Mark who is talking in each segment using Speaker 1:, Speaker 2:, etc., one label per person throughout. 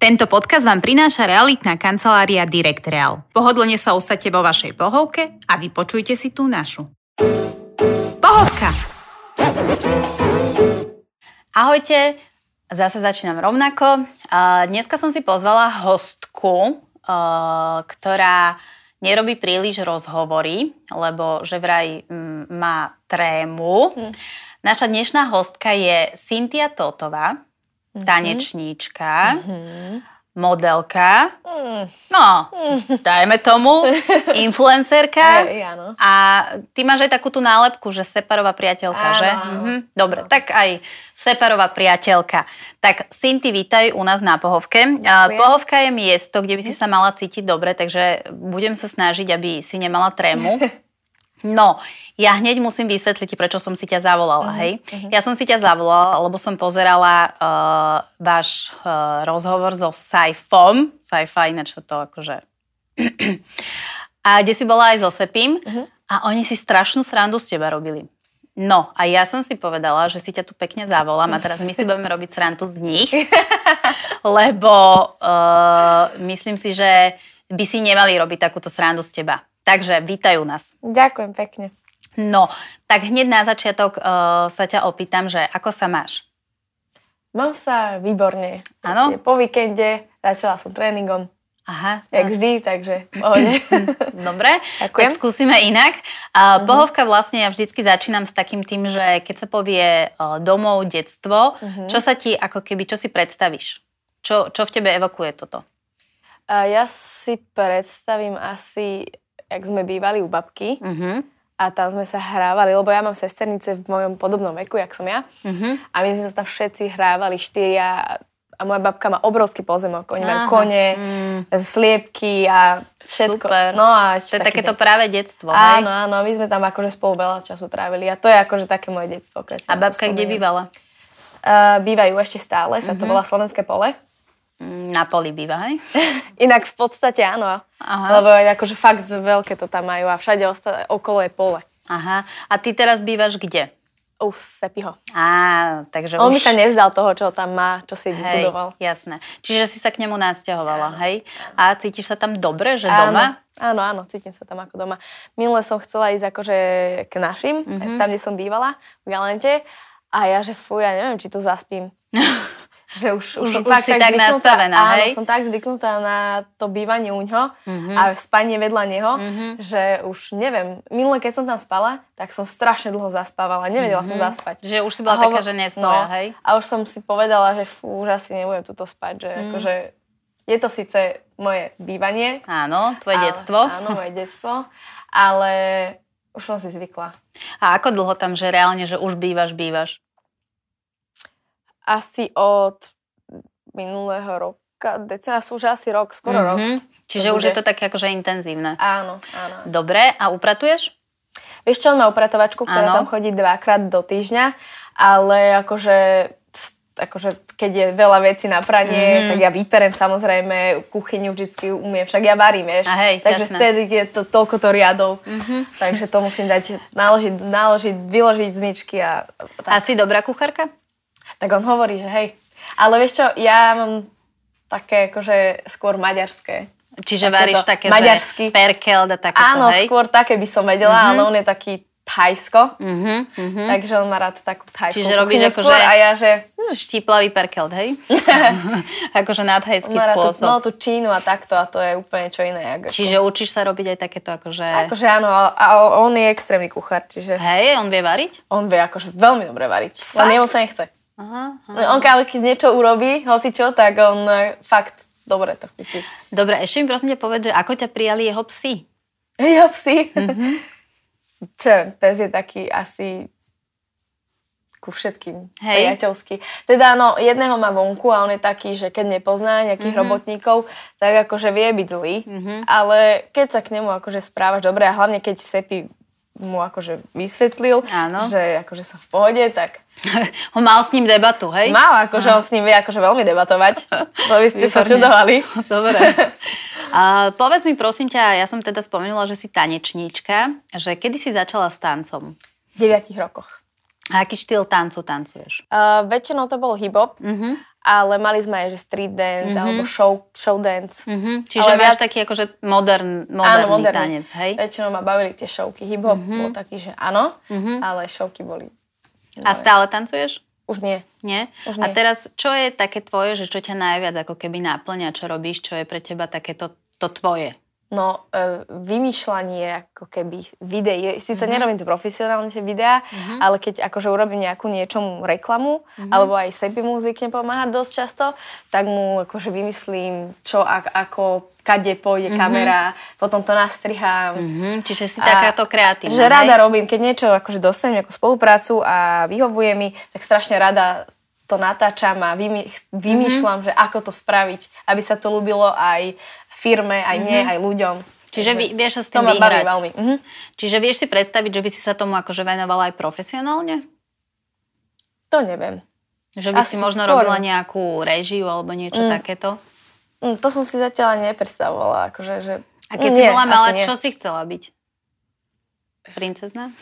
Speaker 1: Tento podcast vám prináša realitná kancelária Direct Real. Pohodlne sa ostate vo vašej pohovke a vypočujte si tú našu. Pohovka! Ahojte, zase začínam rovnako. Uh, Dneska som si pozvala hostku, uh, ktorá nerobí príliš rozhovory, lebo že vraj mm, má trému. Naša dnešná hostka je Cynthia Totová, tanečníčka, modelka,
Speaker 2: Mm,
Speaker 1: no, dajme tomu, influencerka.
Speaker 2: Hej, áno.
Speaker 1: A ty máš aj takú tú nálepku, že separová priateľka,
Speaker 2: Áno,
Speaker 1: že?
Speaker 2: áno.
Speaker 1: Mhm, dobre, tak aj separová priateľka. Tak Cinti, vítaj u nás na Pohovke. A
Speaker 2: Ďakujem. Mhm.
Speaker 1: Pohovka je miesto, kde by si sa mala cítiť dobre, takže budem sa snažiť, aby si nemala trému. No, ja hneď musím vysvetliť, prečo som si ťa zavolala,
Speaker 2: Mhm,
Speaker 1: hej? Ja som si ťa zavolala, lebo som pozerala uh, váš uh, rozhovor so Saifom. Saifa, ináč to akože... a kde si bola aj so Sepim. A oni si strašnú srandu z teba robili. No, a ja som si povedala, že si ťa tu pekne zavolám a teraz my si budeme robiť srandu z nich, lebo uh, myslím si, že by si nemali robiť takúto srandu z teba. Takže vítajú nás.
Speaker 2: Ďakujem pekne.
Speaker 1: No, tak hneď na začiatok uh, sa ťa opýtam, že ako sa máš?
Speaker 2: Mám No sa výborne.
Speaker 1: Áno?
Speaker 2: Po víkende začala som tréningom,
Speaker 1: Aha,
Speaker 2: jak vždy, takže v pohode.
Speaker 1: dobre,
Speaker 2: Ďakujem. Mhm.
Speaker 1: tak skúsime inak. Uh, Pohovka vlastne ja vždycky začínam s takým tým, že keď sa povie uh, domov, detstvo,
Speaker 2: Mhm.
Speaker 1: čo sa ti ako keby, čo si predstavíš? Čo, čo v tebe evokuje toto?
Speaker 2: A ja si predstavím asi, jak sme bývali u babky
Speaker 1: Uh-huh.
Speaker 2: a tam sme sa hrávali, lebo ja mám sesternice v mojom podobnom veku, jak som ja.
Speaker 1: Uh-huh.
Speaker 2: A my sme sa tam všetci hrávali štyria a moja babka má obrovský pozemok. Oni majú
Speaker 1: Aha.
Speaker 2: kone,
Speaker 1: Mm.
Speaker 2: sliepky a všetko.
Speaker 1: Super.
Speaker 2: No a
Speaker 1: To je
Speaker 2: ešte taký
Speaker 1: takéto
Speaker 2: ten-
Speaker 1: práve detstvo,
Speaker 2: Áno,
Speaker 1: hej?
Speaker 2: áno, my sme tam akože spolu veľa času trávili a to je akože také moje detstvo. Keď si
Speaker 1: A
Speaker 2: na to
Speaker 1: babka kde
Speaker 2: spomeniem.
Speaker 1: bývala?
Speaker 2: Uh, bývajú ešte stále, sa
Speaker 1: Mhm.
Speaker 2: to volá Slovenské pole.
Speaker 1: Mm, Na poli býva, hej?
Speaker 2: Inak v podstate áno,
Speaker 1: Aha.
Speaker 2: lebo je akože fakt veľké to tam majú a všade osta- okolo je pole.
Speaker 1: Aha. A ty teraz bývaš kde?
Speaker 2: U sepiho.
Speaker 1: Á, takže
Speaker 2: On
Speaker 1: už...
Speaker 2: by sa nevzdal toho, čo tam má, čo si vybudoval.
Speaker 1: jasné. Čiže si sa k nemu nasťahovala, hej? A cítiš sa tam dobre, že
Speaker 2: Áno,
Speaker 1: doma?
Speaker 2: Áno, áno, cítim sa tam ako doma. Minule som chcela ísť akože k
Speaker 1: Mhm.
Speaker 2: našim, mm-hmm. tam, kde som bývala, v Galente. A ja, že fuj, ja neviem, či to zaspím. že už,
Speaker 1: Už fakt si tak nastavená,
Speaker 2: áno,
Speaker 1: hej? Mhm.
Speaker 2: som tak zvyknutá na to bývanie u ňoho a spanie vedľa neho, že už neviem. Minule, keď som tam spala, tak som strašne dlho zaspávala. Nevedela som zaspať.
Speaker 1: Mhm. Že už si bola
Speaker 2: A hovo- no.
Speaker 1: taká, že nie svoja, hej?
Speaker 2: A už som si povedala, že fú, už asi nebudem tuto spať. Že
Speaker 1: Mhm.
Speaker 2: akože, je to síce moje bývanie.
Speaker 1: Áno, tvoje
Speaker 2: ale-
Speaker 1: detstvo.
Speaker 2: Áno, moje detstvo. Ale už som si zvykla.
Speaker 1: A ako dlho tam, že reálne, že už bývaš, bývaš?
Speaker 2: Asi od minulého roka, decena sú už asi rok, skoro mm-hmm. rok.
Speaker 1: Mhm. Čiže
Speaker 2: To
Speaker 1: už je
Speaker 2: bude.
Speaker 1: to také akože intenzívne.
Speaker 2: Áno, áno.
Speaker 1: Dobre, a upratuješ?
Speaker 2: Vieš čo, on má upratovačku, ktorá
Speaker 1: Áno.
Speaker 2: tam chodí dvakrát do týždňa, ale akože, st- akože keď je veľa vecí na
Speaker 1: Mhm.
Speaker 2: pranie, tak ja vyperem samozrejme, kuchyňu vždycky umiem, však ja varím, vieš.
Speaker 1: A hej,
Speaker 2: takže
Speaker 1: jasné. Mhm.
Speaker 2: vtedy je to toľko to riadov, takže to musím dať, naložiť, naložiť vyložiť z myčky a,
Speaker 1: A
Speaker 2: a
Speaker 1: si dobrá kuchárka?
Speaker 2: tak on hovorí, že hej. Ale vieš čo, ja mám také akože skôr maďarské.
Speaker 1: Čiže
Speaker 2: Takéto
Speaker 1: varíš také, že
Speaker 2: maďarsky.
Speaker 1: perkeld a takéto,
Speaker 2: Áno,
Speaker 1: hej?
Speaker 2: skôr také by som vedela, ale on je taký thajsko,
Speaker 1: Mhm, mhm.
Speaker 2: takže on má rád takú thajskú
Speaker 1: Čiže robíš
Speaker 2: kuchyňu
Speaker 1: akože-
Speaker 2: skôr a ja, že
Speaker 1: Štíplavý Hm, perkeld, hej? akože
Speaker 2: on
Speaker 1: nadhajský
Speaker 2: má rád tú,
Speaker 1: spôsob.
Speaker 2: no, tú čínu a takto a to je úplne čo iné. Ako,
Speaker 1: Čiže učíš sa robiť aj takéto akože...
Speaker 2: akože áno, ale, ale on je extrémny kuchár, čiže
Speaker 1: Hej, on vie variť?
Speaker 2: on vie akože veľmi dobre variť.
Speaker 1: Fakt?
Speaker 2: Len jemu sa nechce.
Speaker 1: Aha, aha.
Speaker 2: On ale keď niečo urobí, hoci čo, tak on eh, fakt dobre to chutí.
Speaker 1: Dobre, ešte mi prosím ťa povedz, že ako ťa prijali jeho psi?
Speaker 2: Jeho psi. Mm-hmm.
Speaker 1: Mhm.
Speaker 2: Čo, ja viem, pes je taký asi ku všetkým
Speaker 1: Hej.
Speaker 2: priateľský. Teda no, jedného má vonku a on je taký, že keď nepozná
Speaker 1: Mhm.
Speaker 2: nejakých mm-hmm. robotníkov, tak akože vie byť zlý, mm-hmm. ale keď sa k nemu akože správaš dobre a hlavne keď Sepi mu akože vysvetlil,
Speaker 1: Áno.
Speaker 2: že akože som v pohode, tak
Speaker 1: On mal s ním debatu, hej?
Speaker 2: mal, akože on s ním vie akože veľmi debatovať. To by ste sa
Speaker 1: Výborne.
Speaker 2: čudovali.
Speaker 1: Dobre. A povedz mi prosím ťa, ja som teda spomenula, že si tanečníčka, že kedy si začala s tancom?
Speaker 2: V 9 rokoch.
Speaker 1: A aký štýl tancu tancuješ?
Speaker 2: Uh, Eh, väčšinou to bol hip-hop,
Speaker 1: Mhm.
Speaker 2: ale mali sme aj že street dance mm-hmm. alebo show, show dance.
Speaker 1: Mm-hmm. Čiže ale máš taký akože modern, moderný, áno, moderný tanec, hej? Mhm.
Speaker 2: Väčšinou ma bavili tie showky. Hip-hop mm-hmm. bol taký, že áno, mm-hmm. ale showky boli...
Speaker 1: No, Mhm. A stále tancuješ?
Speaker 2: Už nie.
Speaker 1: Nie?
Speaker 2: Už
Speaker 1: nie. A teraz, čo je také tvoje, že čo ťa najviac ako keby náplňa, čo robíš, čo je pre teba takéto to tvoje?
Speaker 2: No, e, vymýšľanie ako keby videí.
Speaker 1: Mhm.
Speaker 2: Sice mm-hmm. nerobím to profesionálne, tie videá, mm-hmm. ale keď akože urobím nejakú niečomu reklamu,
Speaker 1: Mhm.
Speaker 2: mm-hmm. alebo aj sebi muzikne pomáha dosť často, tak mu akože vymyslím, čo ak, ako kade
Speaker 1: Mhm.
Speaker 2: pôjde mm-hmm. kamera, potom to nastrihám.
Speaker 1: Mm-hmm. Čiže si takáto kreatívna.
Speaker 2: Že hej? rada robím, keď niečo akože dostanem ako spoluprácu a vyhovuje mi, tak strašne rada to natáčam a vymy-
Speaker 1: Mhm.
Speaker 2: vymýšľam, mm-hmm. že ako to spraviť, aby sa to ľúbilo aj firme, aj mne, mm-hmm. aj ľuďom.
Speaker 1: Mhm. Čiže vy, vieš sa s tým to vyhrať. veľmi.
Speaker 2: Mhm.
Speaker 1: Mm-hmm. Čiže vieš si predstaviť, že by si sa tomu akože venovala aj profesionálne?
Speaker 2: To neviem.
Speaker 1: Že by Asi si možno skôr. robila nejakú režiu alebo niečo mm. takéto?
Speaker 2: Mm, to som si zatiaľ nepredstavovala. Akože, že...
Speaker 1: A keď nie, si bola malá, čo si chcela byť? Princezna?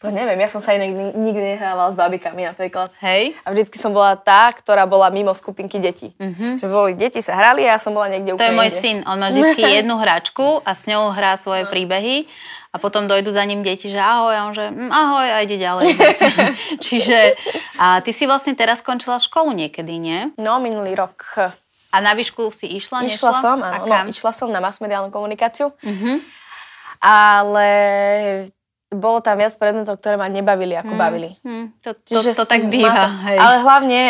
Speaker 2: To neviem, ja som sa inak nikdy nehrávala s babikami napríklad.
Speaker 1: Hej.
Speaker 2: A vždycky som bola tá, ktorá bola mimo skupinky detí. Mm-hmm. Že boli deti sa hrali a ja som bola niekde
Speaker 1: úplne Mhm. To je môj ide. syn, on má vždycky jednu hračku a s ňou hrá svoje no. príbehy a potom dojdú za ním deti, že ahoj, a on že mm, ahoj a ide ďalej. Čiže a ty si vlastne teraz skončila školu niekedy, nie?
Speaker 2: No, minulý rok.
Speaker 1: A na výšku si išla, nešla? Mhm.
Speaker 2: Išla som, áno. No, išla som na masmediálnu komunikáciu. Mm-hmm. Ale bolo tam viac predmetov, ktoré ma nebavili, ako mm, bavili.
Speaker 1: Mm, to, to, Čiže to, to tak býva, to, hej. Mhm.
Speaker 2: Ale hlavne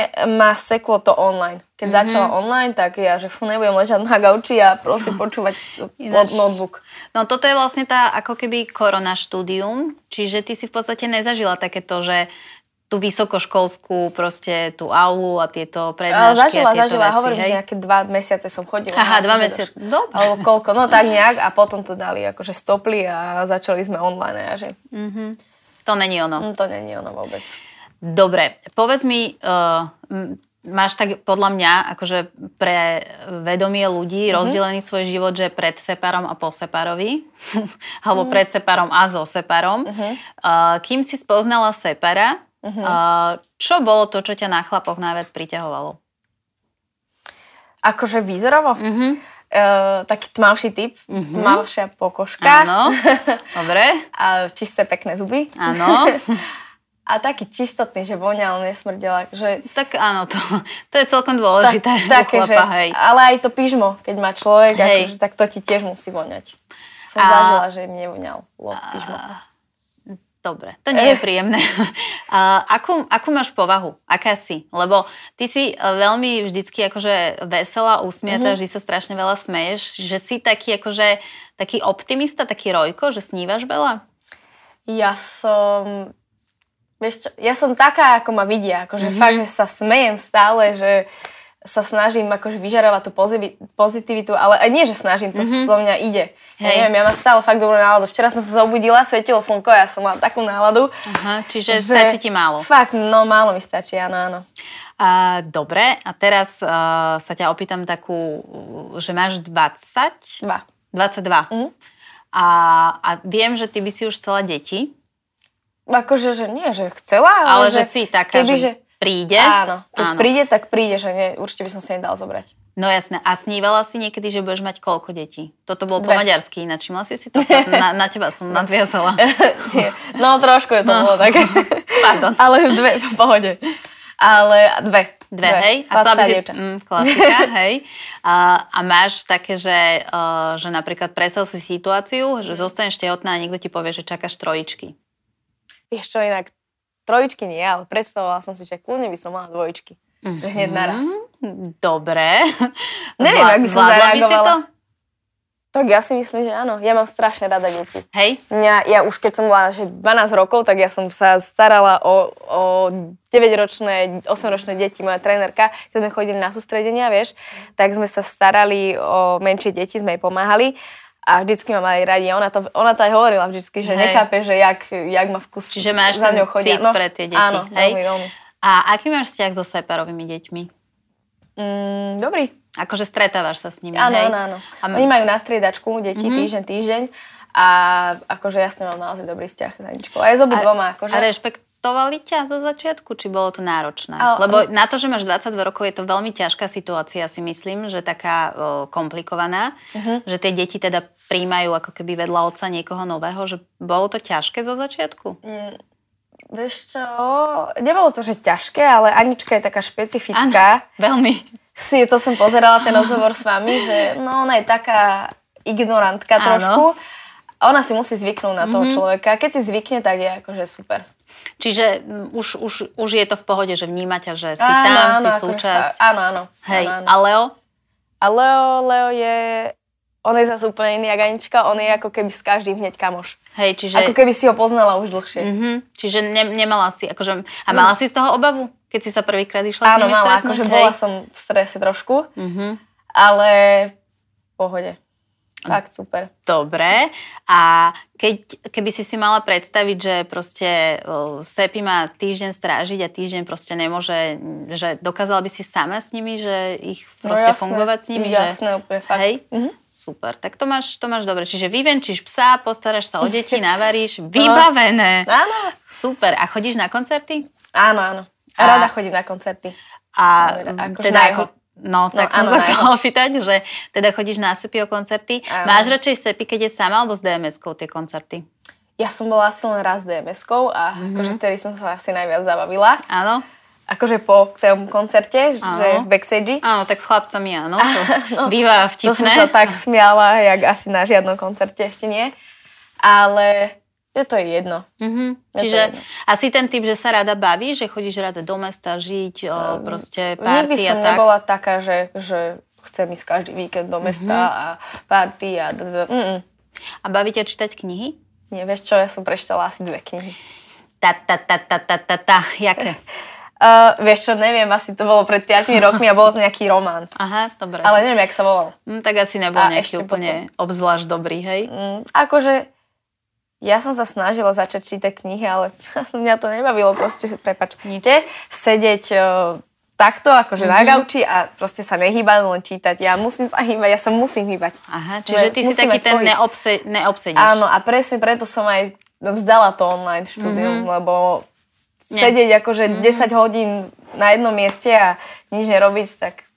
Speaker 2: ma seklo to online. Keď mm-hmm. začalo online, tak ja, že fú, nebudem ležať na gauči a prosím počúvať Ináč. notebook.
Speaker 1: No toto je vlastne tá ako keby korona štúdium, čiže ty si v podstate nezažila takéto, že tú vysokoškolskú, proste tú aulu a tieto prednášky. Ale
Speaker 2: zažila,
Speaker 1: a tieto
Speaker 2: zažila,
Speaker 1: veci,
Speaker 2: hovorím,
Speaker 1: hej?
Speaker 2: že nejaké dva mesiace som chodila.
Speaker 1: Aha, dva mesiace, dobre.
Speaker 2: Alebo koľko, no tak nejak a potom to dali, akože stopli a začali sme online. A že...
Speaker 1: Mm-hmm. To není ono.
Speaker 2: Mm, to není ono vôbec.
Speaker 1: Dobre, povedz mi, uh, máš tak podľa mňa, akože pre vedomie ľudí
Speaker 2: Mhm.
Speaker 1: mm-hmm. rozdelený svoj život, že pred separom a po separovi, alebo mm-hmm.
Speaker 2: Mhm.
Speaker 1: pred separom a so separom. Mm-hmm. Uh, kým si spoznala separa,
Speaker 2: Mhm.
Speaker 1: Uh-huh. A čo bolo to, čo ťa na chlapoch najviac priťahovalo?
Speaker 2: Akože výzorovo? Uh-huh. Uh, taký tmavší typ, uh-huh. tmavšia pokožka.
Speaker 1: Áno, dobre.
Speaker 2: A čisté pekné zuby.
Speaker 1: Áno.
Speaker 2: A taký čistotný, že voňal, nesmrdel. Že...
Speaker 1: Tak áno, to, to je celkom dôležité Ta, také, chlapa, že, hej.
Speaker 2: Ale aj to pyžmo, keď má človek, hej. akože, tak to ti tiež musí voňať. Som A... zažila, že mne voňal pyžmo. A...
Speaker 1: Dobre, to nie je príjemné. A akú, akú máš povahu? Aká si? Lebo ty si e, veľmi vždycky akože veselá, úsmiatá, mm-hmm. vždy sa strašne veľa smeješ, že si taký akože taký optimista, taký rojko, že snívaš veľa?
Speaker 2: Ja som... Vieš čo, ja som taká, ako ma
Speaker 1: Mhm.
Speaker 2: vidia. Akože mm-hmm. fakt, že sa smejem stále, že sa snažím akože vyžarovať tú pozitivitu, ale aj nie, že snažím, to
Speaker 1: Mhm.
Speaker 2: mm-hmm. zo mňa ide. Hej. Ja neviem, ja mám stále fakt dobrú náladu. Včera som sa zobudila, svietilo slnko, ja som mala takú náladu.
Speaker 1: Aha, čiže že stačí ti málo.
Speaker 2: Fakt, no málo mi stačí, áno, áno.
Speaker 1: A, dobre, a teraz uh, sa ťa opýtam takú, že máš 20?
Speaker 2: 2. 22. Mhm.
Speaker 1: Mm-hmm. A, a viem, že ty by si už chcela deti.
Speaker 2: Akože, že nie, že chcela,
Speaker 1: ale, ale že, že si taká, keby, že... že príde.
Speaker 2: Áno, keď áno. príde, tak príde, že nie, určite by som si nedal zobrať.
Speaker 1: No jasné. A snívala si niekedy, že budeš mať koľko detí? Toto bolo Dve. po maďarsky, načímala si si to? Na, na teba som nadviazala.
Speaker 2: no trošku je to no. bolo také.
Speaker 1: Pardon.
Speaker 2: Ale dve, v pohode. Ale dve.
Speaker 1: Dve, dve. hej?
Speaker 2: A Chlapca,
Speaker 1: si... mm, klasika, hej. A, a máš také, že, uh, že napríklad presel si situáciu, že zostaneš tehotná a niekto ti povie, že čakáš trojičky.
Speaker 2: Vieš čo, inak trojičky nie, ale predstavovala som si, že kľudne by som mala dvojičky. Mm-hmm. Že hneď naraz.
Speaker 1: Dobre.
Speaker 2: Neviem, Vla- ak by som zareagovala. By tak ja si myslím, že áno. Ja mám strašne rada deti.
Speaker 1: Hej.
Speaker 2: Ja, ja už keď som bola že 12 rokov, tak ja som sa starala o, o 9-ročné, 8-ročné deti, moja trénerka. Keď sme chodili na sústredenia, vieš, tak sme sa starali o menšie deti, sme jej pomáhali a vždycky ma mali radi. Ona to, ona to aj hovorila vždycky, že hej. nechápe, že jak, jak ma vkus
Speaker 1: Čiže máš za ňou chodia. No, pre tie deti.
Speaker 2: Áno, hej. veľmi, veľmi.
Speaker 1: A aký máš vzťah so separovými deťmi?
Speaker 2: Mm, dobrý.
Speaker 1: Akože stretávaš sa s nimi,
Speaker 2: áno,
Speaker 1: hej? Mhm.
Speaker 2: Áno, áno. A my... Oni majú na striedačku deti mm-hmm. týždeň, týždeň a akože jasne mám naozaj dobrý vzťah s Aničkou. Aj s obi dvoma. Akože...
Speaker 1: A rešpekt testovali ťa zo začiatku, či bolo to náročné? A, Lebo na to, že máš 22 rokov, je to veľmi ťažká situácia, si myslím, že taká o, komplikovaná,
Speaker 2: Mhm.
Speaker 1: uh-huh. že tie deti teda príjmajú ako keby vedľa otca niekoho nového, že bolo to ťažké zo začiatku?
Speaker 2: Mm, vieš čo, nebolo to, že ťažké, ale Anička je taká špecifická.
Speaker 1: Áno, veľmi.
Speaker 2: Si, to som pozerala ten rozhovor s vami, že no ona je taká
Speaker 1: Áno.
Speaker 2: ignorantka trošku. A ona si musí zvyknúť na toho
Speaker 1: Mhm.
Speaker 2: človeka. Keď si zvykne, tak je akože super.
Speaker 1: Čiže mm, už, už, už je to v pohode, že vníma ťa, že si
Speaker 2: Áno,
Speaker 1: tam,
Speaker 2: áno,
Speaker 1: si
Speaker 2: akože
Speaker 1: súčasť.
Speaker 2: sa- Áno, áno.
Speaker 1: Hej,
Speaker 2: áno, áno.
Speaker 1: a Leo?
Speaker 2: A Leo, Leo je... On je zase úplne iný, jak Anička. On je ako keby s každým hneď kamoš.
Speaker 1: Hej, čiže,
Speaker 2: Ako keby si ho poznala už dlhšie.
Speaker 1: mhm, čiže ne, nemala si, akože, a mala si z toho obavu, keď si sa prvýkrát išla
Speaker 2: No. Áno,
Speaker 1: s nimi
Speaker 2: mala,
Speaker 1: stretnúť?
Speaker 2: akože
Speaker 1: hej?
Speaker 2: bola som v strese trošku,
Speaker 1: Mhm.
Speaker 2: ale v pohode. Fakt super.
Speaker 1: Dobre. A keď, keby si si mala predstaviť, že proste eh, Sepi má týždeň strážiť a týždeň proste nemôže, že dokázala by si sama s nimi, že ich proste
Speaker 2: No jasné,
Speaker 1: fungovať s nimi? že...
Speaker 2: Jasné, úplne fakt.
Speaker 1: Hej?
Speaker 2: Mhm.
Speaker 1: Super, tak to máš, to máš dobre. Čiže vyvenčíš psa, postaráš sa o deti, navaríš, vybavené.
Speaker 2: Áno,
Speaker 1: Super. A chodíš na koncerty?
Speaker 2: áno, áno. A,
Speaker 1: A-
Speaker 2: rada chodím na koncerty.
Speaker 1: A
Speaker 2: Dobre, akože
Speaker 1: teda
Speaker 2: na
Speaker 1: ako,
Speaker 2: jeho-
Speaker 1: no, tak
Speaker 2: No,
Speaker 1: som
Speaker 2: áno,
Speaker 1: sa
Speaker 2: na
Speaker 1: chcela opýtať, že teda chodíš na Sepi o koncerty.
Speaker 2: Áno.
Speaker 1: Máš radšej Sepi, keď je sama, alebo s DMS-kou tie koncerty?
Speaker 2: Ja som bola asi len raz DMS-kou a
Speaker 1: Mhm.
Speaker 2: akože vtedy som sa asi najviac zabavila.
Speaker 1: Áno?
Speaker 2: Akože po tom koncerte, že v backstage.
Speaker 1: Áno, tak s chlapcami áno, to býva vtipné.
Speaker 2: No, To som sa tak smiala, jak asi na žiadnom koncerte ešte nie. Ale je to jedno.
Speaker 1: Mhm.
Speaker 2: to
Speaker 1: Čiže
Speaker 2: jedno.
Speaker 1: asi ten typ, že sa rada baví, že chodíš rada do mesta žiť, o, proste
Speaker 2: Ehm, Nikdy
Speaker 1: party a
Speaker 2: som
Speaker 1: tak. Mhm.
Speaker 2: nebola taká, že, že chcem ísť každý víkend do mesta a party a... d- d- Mm, mm.
Speaker 1: A baví ťa čítať knihy?
Speaker 2: Nie, vieš čo, ja som prečítala asi dve knihy.
Speaker 1: Ta, ta, ta, ta, ta, ta, ta. Jaké?
Speaker 2: Uh, vieš čo, neviem, asi to bolo pred 5 rokmi a bolo to nejaký román.
Speaker 1: Aha, dobre.
Speaker 2: Ale neviem, jak sa volal.
Speaker 1: Hm, tak asi nebol
Speaker 2: A
Speaker 1: nejaký
Speaker 2: ešte
Speaker 1: úplne obzvlášť dobrý, hej?
Speaker 2: Mm, akože ja som sa snažila začať čítať knihy, ale mňa to nebavilo proste, prepač, nič. sedieť e, takto, akože mm-hmm. na gauči a proste sa nehýbať, len čítať. Ja musím sa hýbať, ja sa musím hýbať.
Speaker 1: Aha, čiže
Speaker 2: Dobre,
Speaker 1: ty si
Speaker 2: musím
Speaker 1: taký
Speaker 2: mať
Speaker 1: ten
Speaker 2: pohyb.
Speaker 1: neobse, neobsedíš.
Speaker 2: Áno, a presne preto som aj vzdala to online štúdium, mm-hmm. lebo
Speaker 1: Nie.
Speaker 2: sedieť akože mm-hmm. 10 hodín na jednom mieste a nič nerobiť, tak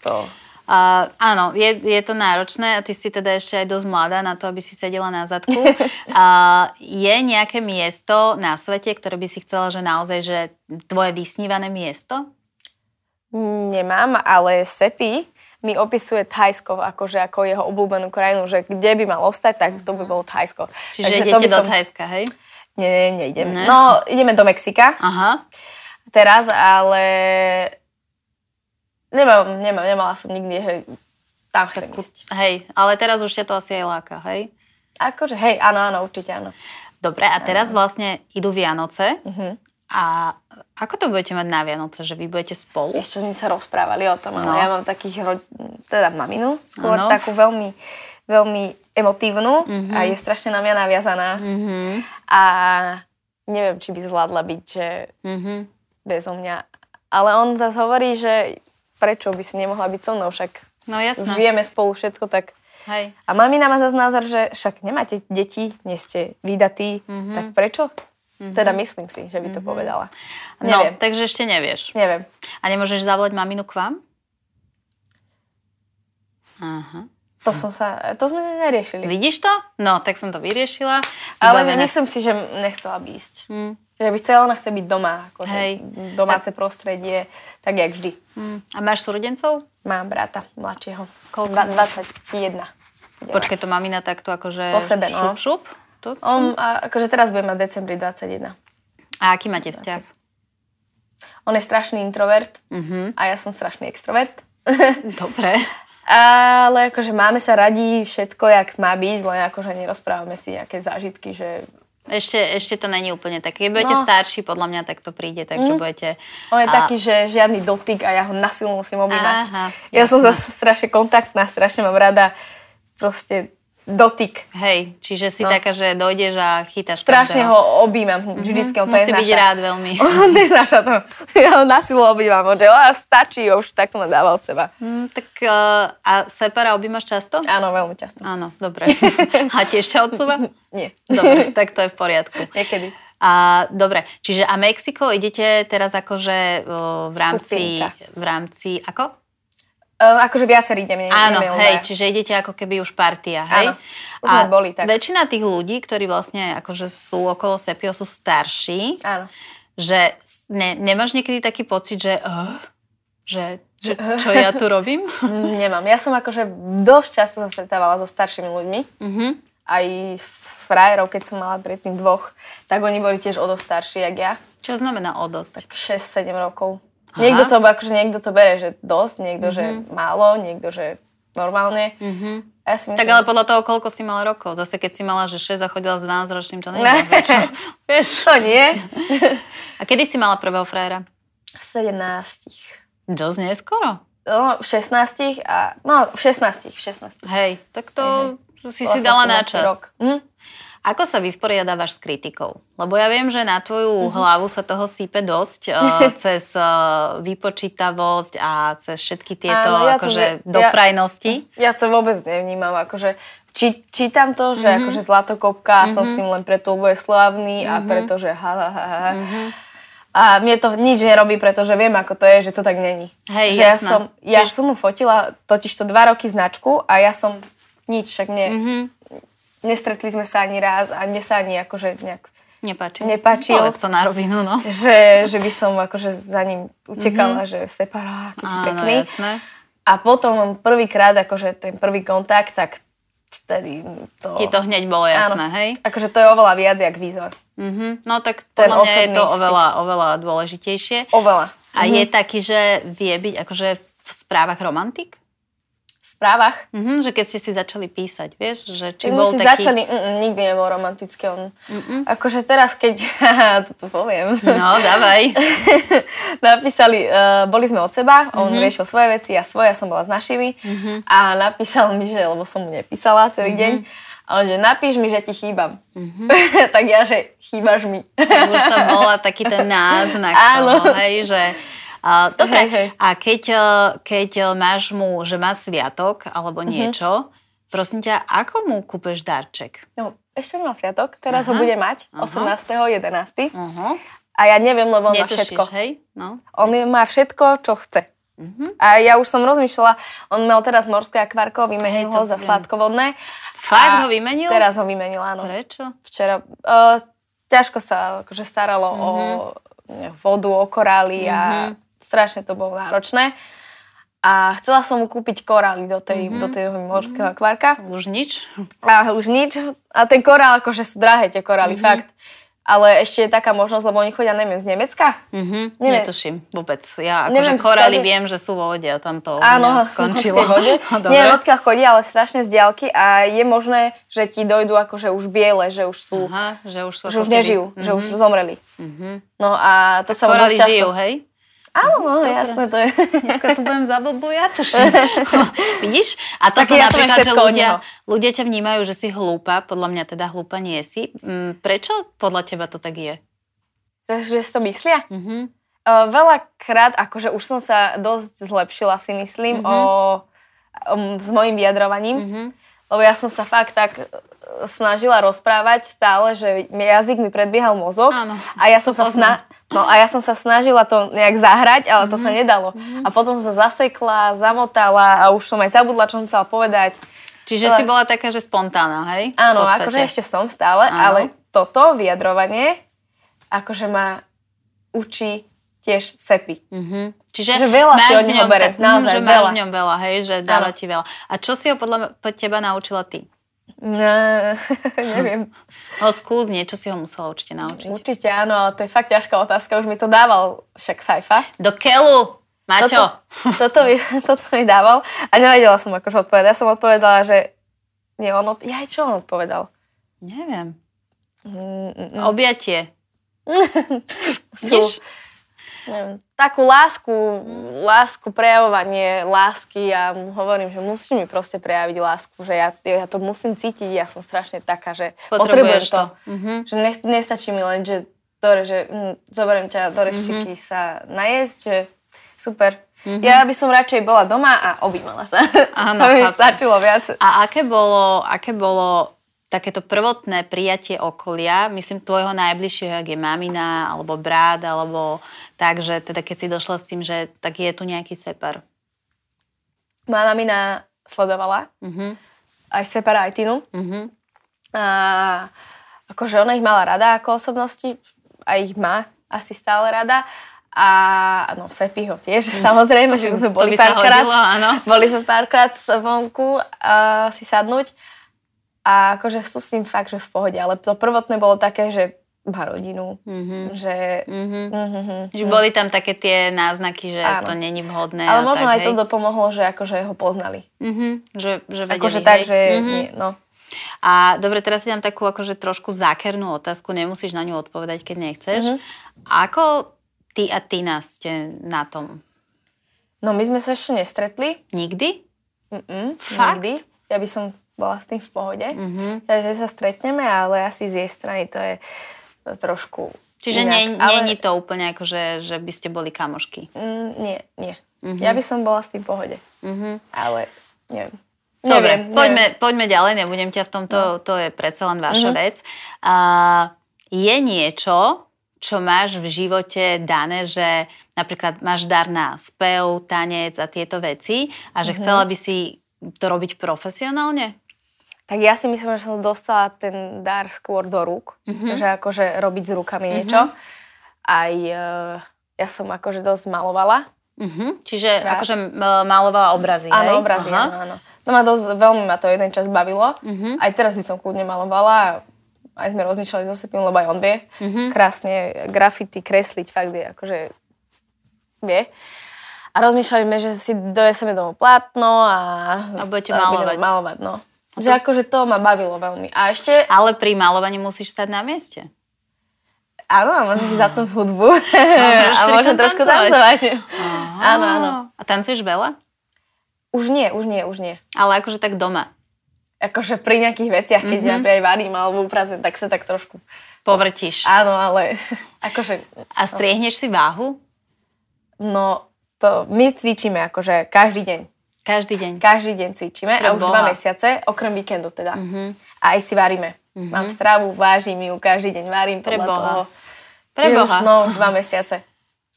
Speaker 2: to...
Speaker 1: A, áno, je, je to náročné a ty si teda ešte aj dosť mladá na to, aby si sedela na zadku. A, je nejaké miesto na svete, ktoré by si chcela, že naozaj, že tvoje vysnívané miesto?
Speaker 2: Nemám, ale Sepi mi opisuje Thajsko akože ako jeho obľúbenú krajinu, že kde by mal ostať, tak to by bolo Thajsko.
Speaker 1: Čiže
Speaker 2: Takže
Speaker 1: idete do
Speaker 2: som...
Speaker 1: Thajska, hej?
Speaker 2: Nie, nie, nejdeme.
Speaker 1: Ne?
Speaker 2: No, ideme do Mexika
Speaker 1: Aha.
Speaker 2: teraz, ale nemám, nemám, nemala som nikdy, že tam chcem ísť.
Speaker 1: Hej, ale teraz už ťa to asi aj láka, hej?
Speaker 2: Akože, hej, áno, áno, určite áno.
Speaker 1: Dobre, a teraz vlastne idú Vianoce
Speaker 2: Mhm.
Speaker 1: a ako to budete mať na Vianoce, že vy budete spolu?
Speaker 2: Ešte sme sa rozprávali o tom, ale
Speaker 1: No.
Speaker 2: ja mám takých, ro- teda maminu, skôr
Speaker 1: Áno.
Speaker 2: takú veľmi, veľmi emotívnu a je strašne na mňa naviazaná.
Speaker 1: Mhm,
Speaker 2: A neviem, či by zvládla byť, že
Speaker 1: mhm.
Speaker 2: bezo mňa. Ale on zase hovorí, že prečo by si nemohla byť so mnou, však
Speaker 1: No jasné,
Speaker 2: žijeme spolu všetko, tak...
Speaker 1: hej.
Speaker 2: A mamina má zase názor, že však nemáte deti, nie ste vydatí,
Speaker 1: Mhm.
Speaker 2: tak prečo? Teda myslím si, že by to povedala.
Speaker 1: No,
Speaker 2: Neviem,
Speaker 1: takže ešte nevieš.
Speaker 2: neviem.
Speaker 1: A nemôžeš zavolať maminu k vám? Aha.
Speaker 2: To som sa, to sme neriešili.
Speaker 1: Vidíš to? No, tak som to vyriešila.
Speaker 2: Ale
Speaker 1: Vybavené.
Speaker 2: myslím si, že nechcela by ísť.
Speaker 1: Mm,
Speaker 2: Že by chcela, ona chce byť doma, akože
Speaker 1: Hej.
Speaker 2: domáce prostredie, tak jak vždy.
Speaker 1: mm. A máš súrodencov?
Speaker 2: Mám brata mladšieho.
Speaker 1: Koľko?
Speaker 2: Dva- 21.
Speaker 1: Počkaj, to mamina takto akože...
Speaker 2: Po sebe, no.
Speaker 1: Šup, šup. Tu.
Speaker 2: On, a, akože teraz bude mať v decembri 21.
Speaker 1: A aký máte vzťah?
Speaker 2: On je strašný introvert
Speaker 1: Mhm,
Speaker 2: a ja som strašný extrovert.
Speaker 1: dobre.
Speaker 2: Ale akože máme sa radi všetko, jak má byť, len akože nerozprávame si nejaké zážitky, že
Speaker 1: Ešte, ešte to není úplne také. Keď budete
Speaker 2: No. Mhm.
Speaker 1: starší, podľa mňa tak to príde, takže budete...
Speaker 2: on je
Speaker 1: A-
Speaker 2: taký, že žiadny dotyk a ja ho na silu musím objímať.
Speaker 1: Aha,
Speaker 2: ja som
Speaker 1: jasné.
Speaker 2: zase strašne kontaktná, strašne mám rada proste dotyk.
Speaker 1: Hej, čiže si
Speaker 2: No.
Speaker 1: taká, že dojdeš a chytáš
Speaker 2: Strašne
Speaker 1: každého.
Speaker 2: ho objímam, vždycky on
Speaker 1: Mhm,
Speaker 2: to
Speaker 1: Musí
Speaker 2: je
Speaker 1: byť
Speaker 2: naša.
Speaker 1: rád veľmi.
Speaker 2: On neznáša to. Ja ho na silu objímam, on že "Á, stačí, už takto ma dáva od seba.
Speaker 1: Mm, tak eh, a separa objímaš často?
Speaker 2: Áno, veľmi často.
Speaker 1: Áno, dobre. A tiež ťa odsúva?
Speaker 2: Nie,
Speaker 1: Dobre, tak to je v poriadku.
Speaker 2: niekedy.
Speaker 1: A dobre, čiže a Mexiko idete teraz akože o, v rámci,
Speaker 2: Skupinka.
Speaker 1: v rámci, ako?
Speaker 2: Uh, akože viacerí ideme.
Speaker 1: Áno, hej, čiže idete ako keby už partia, hej?
Speaker 2: Áno, už sme boli tak.
Speaker 1: Väčšina tých ľudí, ktorí vlastne akože sú okolo Sepio, sú starší,
Speaker 2: Áno.
Speaker 1: že s- ne, nemáš niekedy taký pocit, že, uh, že, že čo ja tu robím?
Speaker 2: Mm, Nemám. Ja som akože dosť často sa stretávala so staršími ľuďmi.
Speaker 1: Mhm.
Speaker 2: Aj frajerov, keď som mala predtým dvoch, tak oni boli tiež o dosť starší, jak ja.
Speaker 1: Čo znamená odosť? Tak,
Speaker 2: 6-7 rokov.
Speaker 1: Aha.
Speaker 2: Niekto to, akože niekto to bere, že dosť, niekto, že málo, niekto, že normálne.
Speaker 1: mhm.
Speaker 2: A ja si myslím,
Speaker 1: tak ale podľa toho, koľko si mala rokov. Zase keď si mala, že 6 a chodila s 12 ročným, to nie je
Speaker 2: Ne.
Speaker 1: čo? Vieš?
Speaker 2: to nie.
Speaker 1: A kedy si mala prvého frajera?
Speaker 2: 17.
Speaker 1: Dosť neskoro.
Speaker 2: No, v 16 a... No, v 16, v 16.
Speaker 1: Hej, tak to si si
Speaker 2: Bola som
Speaker 1: dala na
Speaker 2: 17
Speaker 1: čas.
Speaker 2: Rok. Hm?
Speaker 1: Ako sa vysporiadávaš s kritikou? Lebo ja viem, že na tvoju hlavu sa toho sípe dosť eh, cez eh, vypočítavosť a cez všetky tieto
Speaker 2: Áno, ja to vie-
Speaker 1: akože,
Speaker 2: ja-
Speaker 1: doprajnosti.
Speaker 2: Ja to vôbec nevnímam, akože či, čítam to,
Speaker 1: Mhm.
Speaker 2: že mm-hmm. akože zlatokopka mm-hmm. som s ním len preto, lebo je slavný mm-hmm. a
Speaker 1: Mhm.
Speaker 2: preto, že ha, ha, ha, ha. Mm-hmm. A mne to nič nerobí, pretože viem, ako to je, že to tak není.
Speaker 1: Hej,
Speaker 2: že ja
Speaker 1: jasné.
Speaker 2: som, ja som mu fotila totižto dva roky značku a ja som nič, však mne,
Speaker 1: Mhm.
Speaker 2: mm-hmm. nestretli sme sa ani raz a mne sa ani akože nejak,
Speaker 1: Nepáči.
Speaker 2: Nepáčil.
Speaker 1: Povedz to na rovinu, no.
Speaker 2: že, že by som akože za ním utekala, mm-hmm. že separá, aký si
Speaker 1: Mhm. Áno,
Speaker 2: pekný.
Speaker 1: jasné.
Speaker 2: A potom prvýkrát, akože ten prvý kontakt, tak vtedy to...
Speaker 1: Ti to hneď bolo jasné, hej?
Speaker 2: Akože to je oveľa viac, jak výzor.
Speaker 1: Mhm. No tak
Speaker 2: Ten
Speaker 1: podľa mňa je to
Speaker 2: osobný styk. Mhm.
Speaker 1: oveľa, oveľa dôležitejšie.
Speaker 2: Oveľa.
Speaker 1: A je taký, že vie byť akože v správach romantik?
Speaker 2: V správach.
Speaker 1: Mhm, že keď ste si začali písať, vieš, že či
Speaker 2: Keď sme
Speaker 1: bol
Speaker 2: si
Speaker 1: taký...
Speaker 2: začali, mm, nikdy nebol romantický on. Akože teraz, keď, to tu poviem,
Speaker 1: No, dávaj.
Speaker 2: napísali, uh, boli sme od seba, on
Speaker 1: Mhm.
Speaker 2: riešil svoje veci, ja svoje, ja som bola s našimi a napísal mi, že, lebo som mu nepísala
Speaker 1: Mhm.
Speaker 2: celý deň, a on že napíš mi, že ti chýbam. tak ja, že chýbaš mi.
Speaker 1: Už tam bola taký ten náznak toho,
Speaker 2: Áno.
Speaker 1: hej, že... A, dobre,
Speaker 2: Hej, hej.
Speaker 1: a keď, e, keď e, máš mu, že má sviatok alebo
Speaker 2: Mhm.
Speaker 1: niečo, prosím ťa, ako mu kúpeš darček?
Speaker 2: No, ešte nemal sviatok, teraz ho
Speaker 1: Aha.
Speaker 2: bude mať,
Speaker 1: Aha.
Speaker 2: 18.11.
Speaker 1: Uh-huh.
Speaker 2: A ja neviem, lebo on má
Speaker 1: Netušíš,
Speaker 2: Mhm. všetko.
Speaker 1: hej? No.
Speaker 2: On je- má všetko, čo chce.
Speaker 1: Mhm.
Speaker 2: A ja už som rozmýšľala, on mal teraz morské akvárko,
Speaker 1: Hej,
Speaker 2: vymenil
Speaker 1: to
Speaker 2: ho za
Speaker 1: viem.
Speaker 2: sladkovodné.
Speaker 1: Fakt ho
Speaker 2: A
Speaker 1: vymenil?
Speaker 2: Teraz ho vymenil, áno.
Speaker 1: Prečo?
Speaker 2: Včera. Uh, ťažko sa akože staralo
Speaker 1: Mhm.
Speaker 2: o ne, vodu, o korály a strašne to bolo náročné. A chcela som mu kúpiť korály do, tej,
Speaker 1: Mhm.
Speaker 2: do tej morského akvárka.
Speaker 1: Už nič?
Speaker 2: A už nič. A ten korál, akože sú drahé tie korály,
Speaker 1: Mhm.
Speaker 2: fakt. Ale ešte je taká možnosť, lebo oni chodia, neviem, z Nemecka.
Speaker 1: Mhm,
Speaker 2: Neviem.
Speaker 1: netuším vôbec. Ja akože
Speaker 2: Neviem,
Speaker 1: korály
Speaker 2: skade-
Speaker 1: viem, že sú vo vode a tam to u mňa
Speaker 2: Áno,
Speaker 1: skončilo.
Speaker 2: v vode.
Speaker 1: No, Dobre.
Speaker 2: Nie, no, odkiaľ chodí, ale strašne z diaľky a je možné, že ti dojdu akože už biele, že už sú,
Speaker 1: Aha, že už Mhm. sú
Speaker 2: že už
Speaker 1: ako keby-
Speaker 2: nežijú, že už zomreli.
Speaker 1: Mhm.
Speaker 2: No a to sa mu
Speaker 1: Korály
Speaker 2: dosť často...
Speaker 1: žijú, hej?
Speaker 2: Áno, no, jasné, to je.
Speaker 1: Dneska tu budem za blbú, ja tuším. Vidíš? A toto
Speaker 2: Tak ja to viem
Speaker 1: napríklad, že
Speaker 2: všetko od
Speaker 1: ľudia,
Speaker 2: neho.
Speaker 1: ľudia ťa vnímajú, že si hlúpa, podľa mňa teda hlúpa nie si. Mm, Prečo podľa teba to tak je?
Speaker 2: Že, že si to myslia?
Speaker 1: Mhm.
Speaker 2: Uh, veľakrát, akože už som sa dosť zlepšila, si myslím, o, o, s mojim vyjadrovaním.
Speaker 1: Mhm.
Speaker 2: Lebo ja som sa fakt tak e, snažila rozprávať stále, že mi- jazyk mi predbiehal mozog
Speaker 1: Áno,
Speaker 2: a ja som sa
Speaker 1: poznám.
Speaker 2: sna- no, a ja som sa snažila to nejak zahrať, ale to sa
Speaker 1: Mhm.
Speaker 2: nedalo. A potom som sa zasekla, zamotala a už som aj zabudla, čo som chcela povedať.
Speaker 1: Čiže
Speaker 2: Ale-
Speaker 1: si bola taká, že spontánna, hej? V
Speaker 2: Áno,
Speaker 1: podstate.
Speaker 2: akože ešte som stále,
Speaker 1: Áno.
Speaker 2: ale toto vyjadrovanie akože ma učí tiež sepi.
Speaker 1: Mhm. Čiže
Speaker 2: Že veľa si
Speaker 1: máš
Speaker 2: od
Speaker 1: v
Speaker 2: neho
Speaker 1: ňom
Speaker 2: bere,
Speaker 1: tak- mhm,
Speaker 2: naozaj
Speaker 1: že máš
Speaker 2: veľa.
Speaker 1: v ňom veľa, hej, že dáva
Speaker 2: Áno.
Speaker 1: ti veľa. A čo si ho podľa m- pod teba naučila ty?
Speaker 2: No, neviem.
Speaker 1: No skús, niečo si ho musela určite naučiť.
Speaker 2: Určite áno, ale to je fakt ťažká otázka. Už mi to dával však Saifa.
Speaker 1: Do keľu! Maťo!
Speaker 2: Toto, mi, toto mi dával a nevedela som akože odpovedať. Ja som odpovedala, že nie, on od... Ja čo on odpovedal?
Speaker 1: Neviem.
Speaker 2: Mm, mm, mm.
Speaker 1: Objatie.
Speaker 2: Sú-
Speaker 1: Vidíš?
Speaker 2: Neviem. Takú lásku, lásku, prejavovanie lásky a ja mu hovorím, že musíš mi proste prejaviť lásku, že ja, ja to musím cítiť, ja som strašne taká, že potrebujem
Speaker 1: Potrebuješ
Speaker 2: to.
Speaker 1: to. Mhm.
Speaker 2: Že ne, nestačí mi len, že, dore, že mm, zoberiem ťa
Speaker 1: Mhm.
Speaker 2: do reštiky sa najesť, že super. Ja by som radšej bola doma a objímala sa.
Speaker 1: Mhm. Áno,
Speaker 2: to by mi
Speaker 1: chápem.
Speaker 2: stačilo viac.
Speaker 1: A aké bolo, aké bolo takéto prvotné prijatie okolia, myslím tvojho najbližšieho, ak je mamina, alebo brat, alebo tak, že teda keď si došla s tým, že tak je tu nejaký separ.
Speaker 2: Moja mamina sledovala
Speaker 1: Uh-huh,
Speaker 2: aj separa, aj Tinu.
Speaker 1: uh-huh,
Speaker 2: A akože ona ich mala rada ako osobnosti, a ich má asi stále rada. A no, Sepi ho tiež, samozrejme, že už sme
Speaker 1: Mm. To
Speaker 2: boli
Speaker 1: by sa
Speaker 2: párkrát.
Speaker 1: hodilo, áno.
Speaker 2: Boli sme párkrát vonku a si sadnúť. A akože sú s ním fakt, že v pohode. Ale to prvotné bolo také, že má rodinu,
Speaker 1: uh-huh,
Speaker 2: že...
Speaker 1: uh-huh.
Speaker 2: Mm-hmm.
Speaker 1: Že boli tam také tie náznaky, že
Speaker 2: Áno.
Speaker 1: to není vhodné. a
Speaker 2: Ale
Speaker 1: no
Speaker 2: možno
Speaker 1: tak,
Speaker 2: aj to dopomohlo, že akože ho poznali.
Speaker 1: Uh-huh, že, že vedeli,
Speaker 2: Akože
Speaker 1: hej.
Speaker 2: tak, že...
Speaker 1: Mhm.
Speaker 2: Nie, no.
Speaker 1: A dobre, teraz si dám takú akože trošku zákernú otázku, nemusíš na ňu odpovedať, keď nechceš.
Speaker 2: Mhm.
Speaker 1: Ako ty a Tina ste na tom?
Speaker 2: no my sme sa ešte nestretli.
Speaker 1: Nikdy?
Speaker 2: Mm-mm,
Speaker 1: Fakt?
Speaker 2: Mm, Nikdy. Ja by som bola s tým v pohode.
Speaker 1: Mhm.
Speaker 2: Takže sa stretneme, ale asi z jej strany to je trošku
Speaker 1: Čiže
Speaker 2: inak.
Speaker 1: nie,
Speaker 2: ale,
Speaker 1: nie je to úplne ako, že, že by ste boli kamošky.
Speaker 2: Mm, nie, nie.
Speaker 1: Mhm.
Speaker 2: Ja by som bola s tým v pohode,
Speaker 1: Mhm.
Speaker 2: ale neviem.
Speaker 1: Dobre,
Speaker 2: neviem,
Speaker 1: poďme,
Speaker 2: neviem.
Speaker 1: poďme ďalej, nebudem ťa v tomto, to je predsa len vaša
Speaker 2: Mhm.
Speaker 1: vec. A je niečo, čo máš v živote dané, že napríklad máš dar na spev, tanec a tieto veci a
Speaker 2: Mhm.
Speaker 1: že chcela by si to robiť profesionálne?
Speaker 2: Tak ja si myslím, že som dostala ten dar skôr do rúk,
Speaker 1: Mhm.
Speaker 2: že akože robiť s rukami niečo. Aj e, ja som akože dosť malovala.
Speaker 1: Mhm. Čiže
Speaker 2: Krát.
Speaker 1: akože m- malovala obrazy, hej?
Speaker 2: Áno, obrazy,
Speaker 1: Aha.
Speaker 2: áno, áno. No ma dosť, veľmi ma to jeden čas bavilo.
Speaker 1: Mhm.
Speaker 2: Aj teraz by som kľudne malovala. Aj sme rozmýšľali so Sepim, lebo aj on vie.
Speaker 1: Mhm.
Speaker 2: Krásne grafity kresliť, fakt je, akože vie. A rozmýšľali sme, že si dojeseme domov plátno a...
Speaker 1: A budete malovať.
Speaker 2: budeme malovať, no. Že akože to ma bavilo veľmi. A ešte,
Speaker 1: Ale pri malovaní musíš stať na mieste.
Speaker 2: áno, a môžem si zapnúť hudbu.
Speaker 1: môžeš
Speaker 2: a
Speaker 1: pri
Speaker 2: môžem
Speaker 1: tom
Speaker 2: trošku
Speaker 1: tancovať.
Speaker 2: tancovať. Áno, áno.
Speaker 1: A tancuješ veľa?
Speaker 2: Už nie, už nie, už nie.
Speaker 1: Ale akože tak doma.
Speaker 2: Akože pri nejakých veciach,
Speaker 1: Mhm.
Speaker 2: keď mm-hmm. napríklad aj varím alebo upracujem, tak sa tak trošku...
Speaker 1: Povrtíš.
Speaker 2: Áno, ale akože
Speaker 1: A striehneš si váhu?
Speaker 2: No, to my cvičíme akože každý deň.
Speaker 1: Každý deň.
Speaker 2: Každý deň cvičíme
Speaker 1: Pre
Speaker 2: a už dva
Speaker 1: Boha.
Speaker 2: mesiace, okrem víkendu teda.
Speaker 1: Mhm.
Speaker 2: A aj si varíme. Mám stravu, vážim ju, každý deň varím
Speaker 1: Pre
Speaker 2: podľa
Speaker 1: Boha.
Speaker 2: toho.
Speaker 1: Pre
Speaker 2: Čiže
Speaker 1: Boha.
Speaker 2: Už, no, už dva mesiace,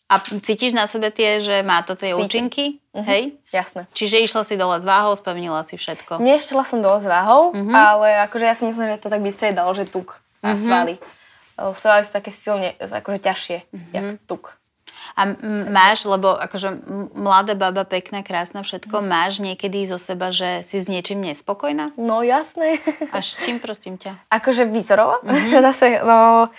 Speaker 1: A cítiš na sebe tie, že má to tie
Speaker 2: Cítim.
Speaker 1: účinky? Hej?
Speaker 2: jasné.
Speaker 1: Čiže išla si dole s váhou, spevnila si všetko.
Speaker 2: Neštila som dole s váhou,
Speaker 1: Mhm.
Speaker 2: ale akože ja si myslím, že to tak vystriedalo, že tuk a svaly. Lebo Svaly sú také silne, akože ťažšie, jak
Speaker 1: Mhm.
Speaker 2: tuk.
Speaker 1: A m- máš, lebo akože m- mladá baba, pekná, krásna, všetko, máš niekedy zo seba, že si s niečím nespokojná?
Speaker 2: No jasné.
Speaker 1: A s čím prosím ťa?
Speaker 2: Akože výzorovo.
Speaker 1: Mhm.
Speaker 2: Mm-hmm. Zase, no,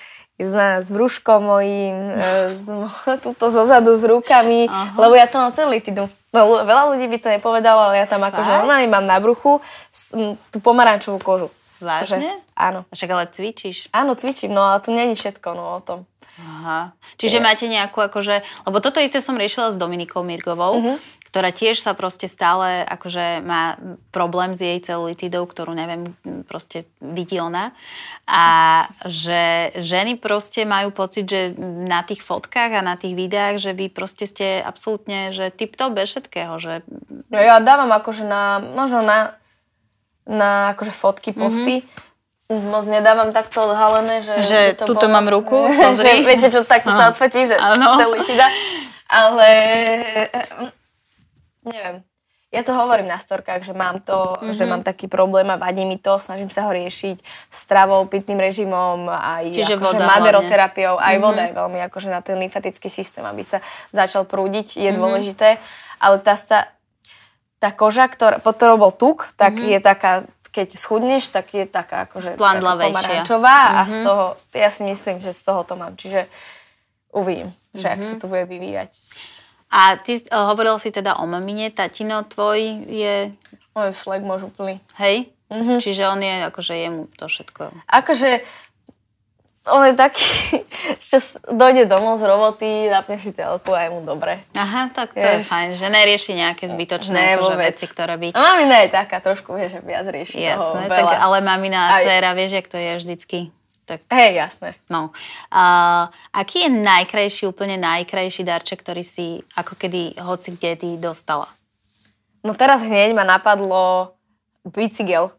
Speaker 2: s, s brúškom mojím, e, s, tuto zozadu s rukami,
Speaker 1: Aha.
Speaker 2: lebo ja to mám celý týdnu. No, lu- veľa ľudí by to nepovedalo, ale ja tam akože
Speaker 1: Fakt?
Speaker 2: normálne mám na bruchu s, m, tú pomarančovú kožu.
Speaker 1: Vážne?
Speaker 2: Akože, áno.
Speaker 1: Však ale cvičíš.
Speaker 2: Áno, cvičím, no ale to není všetko no, o tom.
Speaker 1: Aha. Čiže máte nejakú akože, lebo toto isté som riešila s Dominikou Mirgovou, ktorá tiež sa proste stále akože má problém s jej celulitidou, ktorú neviem, m, proste vidí ona. A že ženy proste majú pocit, že na tých fotkách a na tých videách, že vy proste ste absolútne, že tip-top bez všetkého, že
Speaker 2: No ja dávam akože na, možno na, na akože
Speaker 1: Mhm.
Speaker 2: fotky, posty. Mm-hmm. Moc nedávam takto odhalené, že...
Speaker 1: Že
Speaker 2: by to
Speaker 1: tuto mám ruku, pozri.
Speaker 2: že, viete čo, tak
Speaker 1: Áno.
Speaker 2: sa odfotí, že
Speaker 1: Áno.
Speaker 2: celý ti dá. Ale... eh, Neviem. Ja to hovorím na storkách, že mám to, mm-hmm.
Speaker 1: Mhm.
Speaker 2: že mám taký problém a vadí mi to, snažím sa ho riešiť stravou, pitným režimom, aj
Speaker 1: Čiže
Speaker 2: akože
Speaker 1: voda Mhm.
Speaker 2: maderoterapiou, aj mm-hmm. voda je veľmi akože na ten lymfatický systém, aby sa začal
Speaker 1: Mhm.
Speaker 2: prúdiť, je mm-hmm. dôležité, ale tá, sta, tá koža, ktorá, pod ktorou bol tuk, tak
Speaker 1: Mhm.
Speaker 2: mm-hmm. je taká, keď schudneš, tak je taká akože taká
Speaker 1: Plandlavejšia.
Speaker 2: pomarančová a
Speaker 1: Mhm.
Speaker 2: z toho, ja si myslím, že z toho to mám. Čiže uvidím, že
Speaker 1: Mhm.
Speaker 2: ak sa to bude vyvíjať.
Speaker 1: A ty eh, hovoril si teda o mamine, tatino tvoj je,
Speaker 2: Môj flag môžu plný.
Speaker 1: hej? Čiže on je, akože jemu to všetko.
Speaker 2: Akože on je taký, že s- dojde domov z roboty, zapne si telku a je mu dobre.
Speaker 1: Aha, tak to je
Speaker 2: Vieš.
Speaker 1: fajn, že nerieši nejaké zbytočné
Speaker 2: Ne,
Speaker 1: akože
Speaker 2: vôbec.
Speaker 1: veci, ktoré by...
Speaker 2: A mamina je taká, trošku vie, že viac rieši toho
Speaker 1: Jasné, tak,
Speaker 2: veľa.
Speaker 1: ale mamina a
Speaker 2: Aj.
Speaker 1: dcera, vieš, jak to je vždycky. Tak,
Speaker 2: Hej, jasné.
Speaker 1: no. A, aký je najkrajší, úplne najkrajší darček, ktorý si ako kedy, hoci kde ty dostala?
Speaker 2: No teraz hneď ma napadlo bicykel.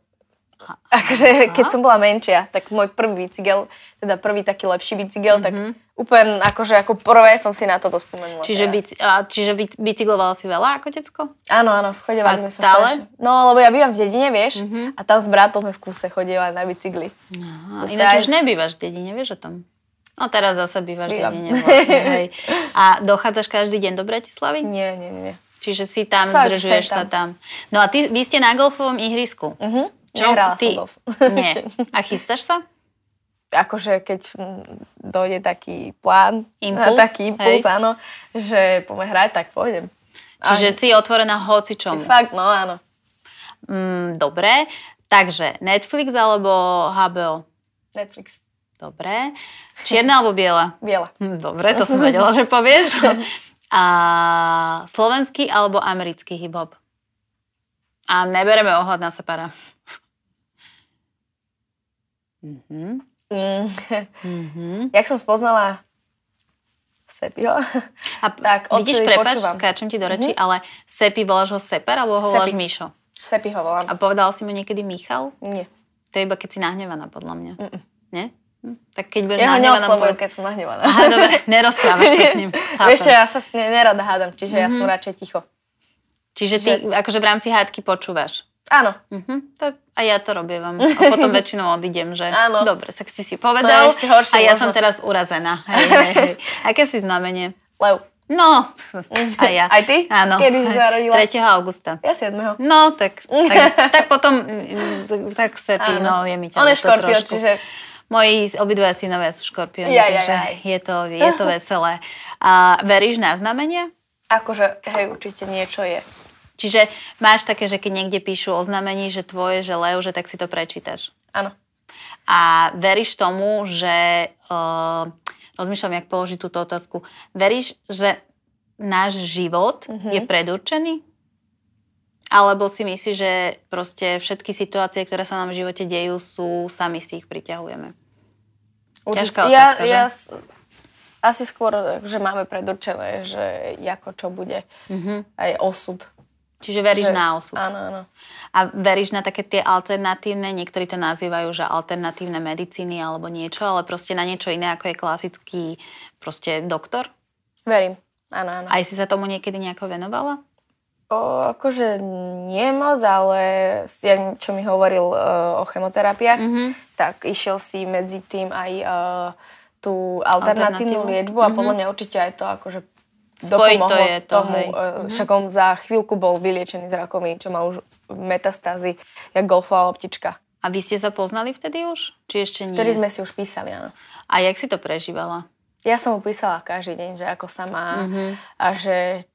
Speaker 2: Akože keď som bola menšia, tak môj prvý bicykel, teda prvý taký lepší bicykel, tak úplne akože ako prvé som si na toto
Speaker 1: Mhm.
Speaker 2: spomenula.
Speaker 1: Čiže,
Speaker 2: teraz.
Speaker 1: bic, a, čiže bic, bicyklovala si veľa ako decko?
Speaker 2: Áno, áno, v chode sme
Speaker 1: stále?
Speaker 2: sa
Speaker 1: Mhm.
Speaker 2: strašne- No, lebo ja bývam v dedine, vieš, a tam s bratom sme v kuse chodievali na bicykli.
Speaker 1: Aha,
Speaker 2: To sa
Speaker 1: ináč už
Speaker 2: aj s-
Speaker 1: nebývaš v dedine, vieš o tom? No teraz zase bývaš v
Speaker 2: Bývam.
Speaker 1: dedine vlastne, hej. A dochádzaš každý deň do Bratislavy?
Speaker 2: Nie, nie, nie.
Speaker 1: Čiže si tam,
Speaker 2: Fakt,
Speaker 1: zdržuješ
Speaker 2: sem
Speaker 1: sa tam. No a ty, vy ste na golfovom ihrisku.
Speaker 2: Uh-huh. Nehrala
Speaker 1: ty?
Speaker 2: som golf.
Speaker 1: Nie. A chystáš sa?
Speaker 2: akože keď mm, dojde taký plán,
Speaker 1: Impuls,
Speaker 2: impuls, taký impuls,
Speaker 1: hej.
Speaker 2: áno, že poďme hrať, tak pôjdem.
Speaker 1: Čiže si otvorená hocičomu.
Speaker 2: Fakt, no áno.
Speaker 1: Mm, dobre. Takže Netflix alebo HBO?
Speaker 2: Netflix.
Speaker 1: Dobre. Čierna alebo biela?
Speaker 2: Biela.
Speaker 1: Hm, Dobre, to som vedela, že povieš. A slovenský alebo americký hip-hop? A nebereme ohľad na separa. Mhm,
Speaker 2: Mm.
Speaker 1: mhm.
Speaker 2: Jak som spoznala Sepiho,
Speaker 1: A tak,
Speaker 2: Tak,
Speaker 1: vidíš,
Speaker 2: odtedy
Speaker 1: prepáč,
Speaker 2: počúvam. Mhm.
Speaker 1: skáčem ti do reči, ale Sepi, voláš ho Seper alebo ho voláš
Speaker 2: Sepi.
Speaker 1: Mišo?
Speaker 2: Sepiho
Speaker 1: A
Speaker 2: volám.
Speaker 1: povedal si mu niekedy Michal?
Speaker 2: Nie.
Speaker 1: To je iba keď si nahnevaná, podľa mňa.
Speaker 2: Mm-mm.
Speaker 1: Nie? Hm, Tak keď budeš
Speaker 2: Ja ho
Speaker 1: nahnevaná...
Speaker 2: neoslovujem,
Speaker 1: povedz-
Speaker 2: keď som nahnevaná.
Speaker 1: Aha, dobre, nerozprávaš sa s ním.
Speaker 2: Vieš čo,
Speaker 1: Chápem. Mhm.
Speaker 2: ja sa s ne, nerada hádam, čiže ja som radšej ticho.
Speaker 1: Čiže ty akože v rámci hádky počúvaš.
Speaker 2: Áno,
Speaker 1: Mhm, to, a ja to robievam. A potom väčšinou odídem, že
Speaker 2: Áno.
Speaker 1: dobre, tak si si povedal.
Speaker 2: To je ešte horšie
Speaker 1: a ja
Speaker 2: možno.
Speaker 1: som teraz urazená. Hej, hej, hej. Aké si znamenie?
Speaker 2: Lev.
Speaker 1: No, a ja.
Speaker 2: Mhm. Aj ty?
Speaker 1: Áno.
Speaker 2: Kedy si sa narodila?
Speaker 1: 3. augusta.
Speaker 2: Ja 7.
Speaker 1: No, tak, tak, tak potom, mm, tak, tak sa pí, no, je mi ťa
Speaker 2: On je
Speaker 1: to
Speaker 2: škorpio,
Speaker 1: trošku.
Speaker 2: čiže
Speaker 1: Moji obidvaja synovia sú škorpióni,
Speaker 2: Jaj, jaj,
Speaker 1: takže
Speaker 2: jaj.
Speaker 1: je to, je to veselé. A veríš na znamenia?
Speaker 2: akože, hej, určite niečo je.
Speaker 1: Čiže máš také, že keď niekde píšu o znamení, že tvoje, že Leo, že tak si to prečítaš.
Speaker 2: Áno.
Speaker 1: A veríš tomu, že... Uh, rozmýšľam, jak položiť túto otázku. Veríš, že náš život je predurčený? Alebo si myslíš, že proste všetky situácie, ktoré sa nám v živote dejú, sú sami si ich priťahujeme?
Speaker 2: Určite.
Speaker 1: Ťažká
Speaker 2: ja,
Speaker 1: otázka, že?
Speaker 2: ja s- asi skôr, že máme predurčené, že ako čo bude. Aj osud.
Speaker 1: Čiže veríš
Speaker 2: Že-
Speaker 1: Mhm. na osud.
Speaker 2: Áno, áno.
Speaker 1: A veríš na také tie alternatívne, niektorí to nazývajú, že alternatívne medicíny alebo niečo, ale proste na niečo iné, ako je klasický proste doktor?
Speaker 2: Verím. Áno, áno.
Speaker 1: Aj si sa tomu niekedy nejako venovala?
Speaker 2: O, akože nie moc, ale s- ja, čo mi hovoril e, o chemoterapiách,
Speaker 1: Mhm.
Speaker 2: tak išiel si medzi tým aj e, tú alternatívnu
Speaker 1: Alternatívu.
Speaker 2: liečbu a podľa mňa určite aj to akože
Speaker 1: Spojiť Mhm. to
Speaker 2: dopomohlo
Speaker 1: je to,
Speaker 2: tomu,
Speaker 1: hej. Mhm.
Speaker 2: e, však on za chvíľku bol vyliečený z rakoviny, čo má už metastázy, jak golfová loptička.
Speaker 1: A vy ste sa poznali vtedy už? Či ešte nie?
Speaker 2: Vtedy sme si už písali, áno.
Speaker 1: A jak si to prežívala?
Speaker 2: Ja som mu písala každý deň, že ako sa má a že...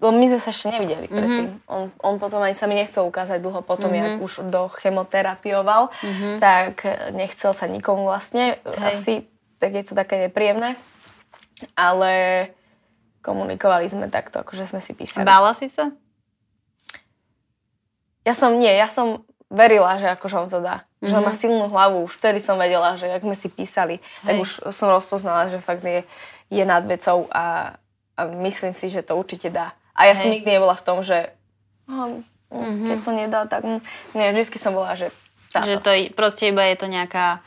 Speaker 2: Lebo my sme sa ešte nevideli predtým. On, on potom ani sa mi nechcel ukázať dlho potom, jak už do chemoterapioval, tak e, nechcel sa nikomu vlastne.
Speaker 1: Hej.
Speaker 2: Asi tak je to také nepríjemné. Ale komunikovali sme takto, akože sme si písali.
Speaker 1: Bála si sa?
Speaker 2: Ja som, nie, ja som verila, že akože on to dá. Že on má silnú hlavu. Už vtedy som vedela, že ak sme si písali, tak
Speaker 1: Mhm. Hej.
Speaker 2: už som rozpoznala, že fakt je, je nad vecou a, a myslím si, že to určite dá. A ja som
Speaker 1: Hej. Mhm.
Speaker 2: nikdy nebola v tom, že "Oh, mm, keď to nedá, tak... mm." Nie, vždy som bola, že
Speaker 1: Že
Speaker 2: táto.
Speaker 1: to je- proste iba je to nejaká,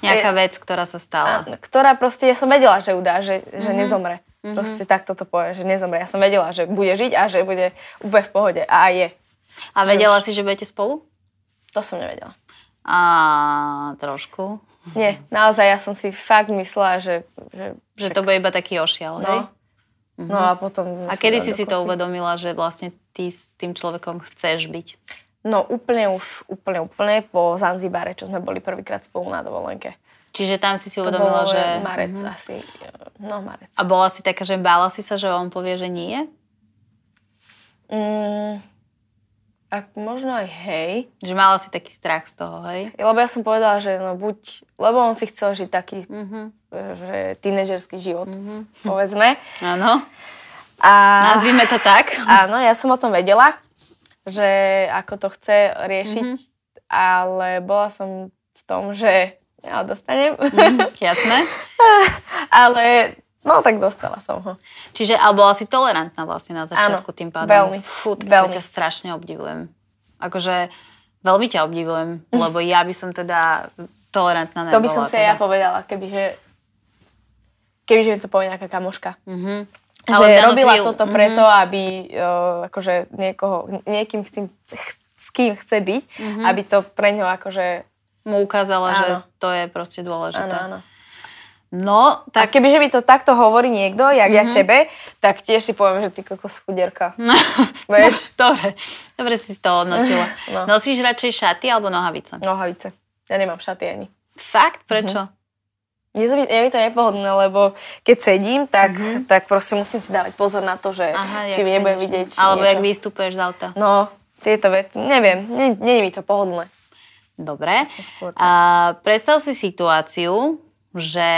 Speaker 1: nejaká
Speaker 2: Je-
Speaker 1: vec, ktorá sa stala.
Speaker 2: A, ktorá proste, ja som vedela, že ju dá, že,
Speaker 1: Mhm.
Speaker 2: že nezomre. Proste takto to povie, že nezomre. Ja som vedela, že bude žiť a že bude úplne v pohode. A aj je.
Speaker 1: A vedela si, že budete spolu?
Speaker 2: To som nevedela.
Speaker 1: A trošku.
Speaker 2: Nie, naozaj ja som si fakt myslela, že, že,
Speaker 1: Že to bude iba taký ošial,
Speaker 2: No.
Speaker 1: hej? Mhm.
Speaker 2: No a potom...
Speaker 1: A kedy si si to uvedomila, že vlastne ty s tým človekom chceš byť?
Speaker 2: No úplne už, úplne, úplne po Zanzibare, čo sme boli prvýkrát spolu na dovolenke.
Speaker 1: Čiže tam si si
Speaker 2: To
Speaker 1: uvedomila,
Speaker 2: bol
Speaker 1: že... Mhm.
Speaker 2: Marec asi. No, Marec.
Speaker 1: A bola si taká, že bála si sa, že on povie, že nie?
Speaker 2: Mm, a možno aj hej.
Speaker 1: Že mala si taký strach z toho, hej?
Speaker 2: Lebo ja som povedala, že no buď... Lebo on si chcel žiť taký,
Speaker 1: Mhm,
Speaker 2: že tínežerský život,
Speaker 1: mhm.
Speaker 2: povedzme.
Speaker 1: Áno,
Speaker 2: A...
Speaker 1: nazvime to tak.
Speaker 2: Áno, ja som o tom vedela, že ako to chce riešiť, ale bola som v tom, že ja ho dostanem,
Speaker 1: Mhm. Jasné.
Speaker 2: ale no tak dostala som ho.
Speaker 1: Čiže, ale bola si tolerantná vlastne na začiatku
Speaker 2: Áno,
Speaker 1: tým pádom.
Speaker 2: veľmi,
Speaker 1: Fú, tak to
Speaker 2: veľmi.
Speaker 1: ťa strašne obdivujem. Akože Veľmi ťa obdivujem, lebo ja by som teda tolerantná nebola.
Speaker 2: Mhm. To by som si aj ja
Speaker 1: teda.
Speaker 2: povedala, kebyže, kebyže mi to povie nejaká kamoška.
Speaker 1: Mhm. v
Speaker 2: Ale že
Speaker 1: danú
Speaker 2: robila
Speaker 1: chvíľu-
Speaker 2: toto
Speaker 1: mhm.
Speaker 2: preto, aby uh, akože niekoho, niekým s, tým, ch- s kým chce byť, aby to pre ňo akože...
Speaker 1: Mu ukázala, že
Speaker 2: Áno.
Speaker 1: to je proste dôležité.
Speaker 2: Áno, áno.
Speaker 1: No, tak... Mhm.
Speaker 2: Tak kebyže mi to takto hovorí niekto, jak ja tebe, tak tiež si poviem, že ty kokos chuderka.
Speaker 1: No,
Speaker 2: Vieš?
Speaker 1: dobre. dobre si to hodnotila.
Speaker 2: No.
Speaker 1: Nosíš radšej šaty alebo nohavice?
Speaker 2: Nohavice. Ja nemám šaty ani. Mhm.
Speaker 1: Fakt? Prečo?
Speaker 2: Je, to, je mi to nepohodné, lebo keď sedím, tak, tak proste musím si dávať pozor na to, že
Speaker 1: Mhm. Aha,
Speaker 2: E,
Speaker 1: jak
Speaker 2: či mi nebude
Speaker 1: sedíš,
Speaker 2: vidieť
Speaker 1: no. Alebo
Speaker 2: niečo.
Speaker 1: jak vystupuješ z auta.
Speaker 2: No, tieto veci, neviem, nie, nie je mi to pohodlné.
Speaker 1: Dobre.
Speaker 2: Som skôr
Speaker 1: A predstav si situáciu, že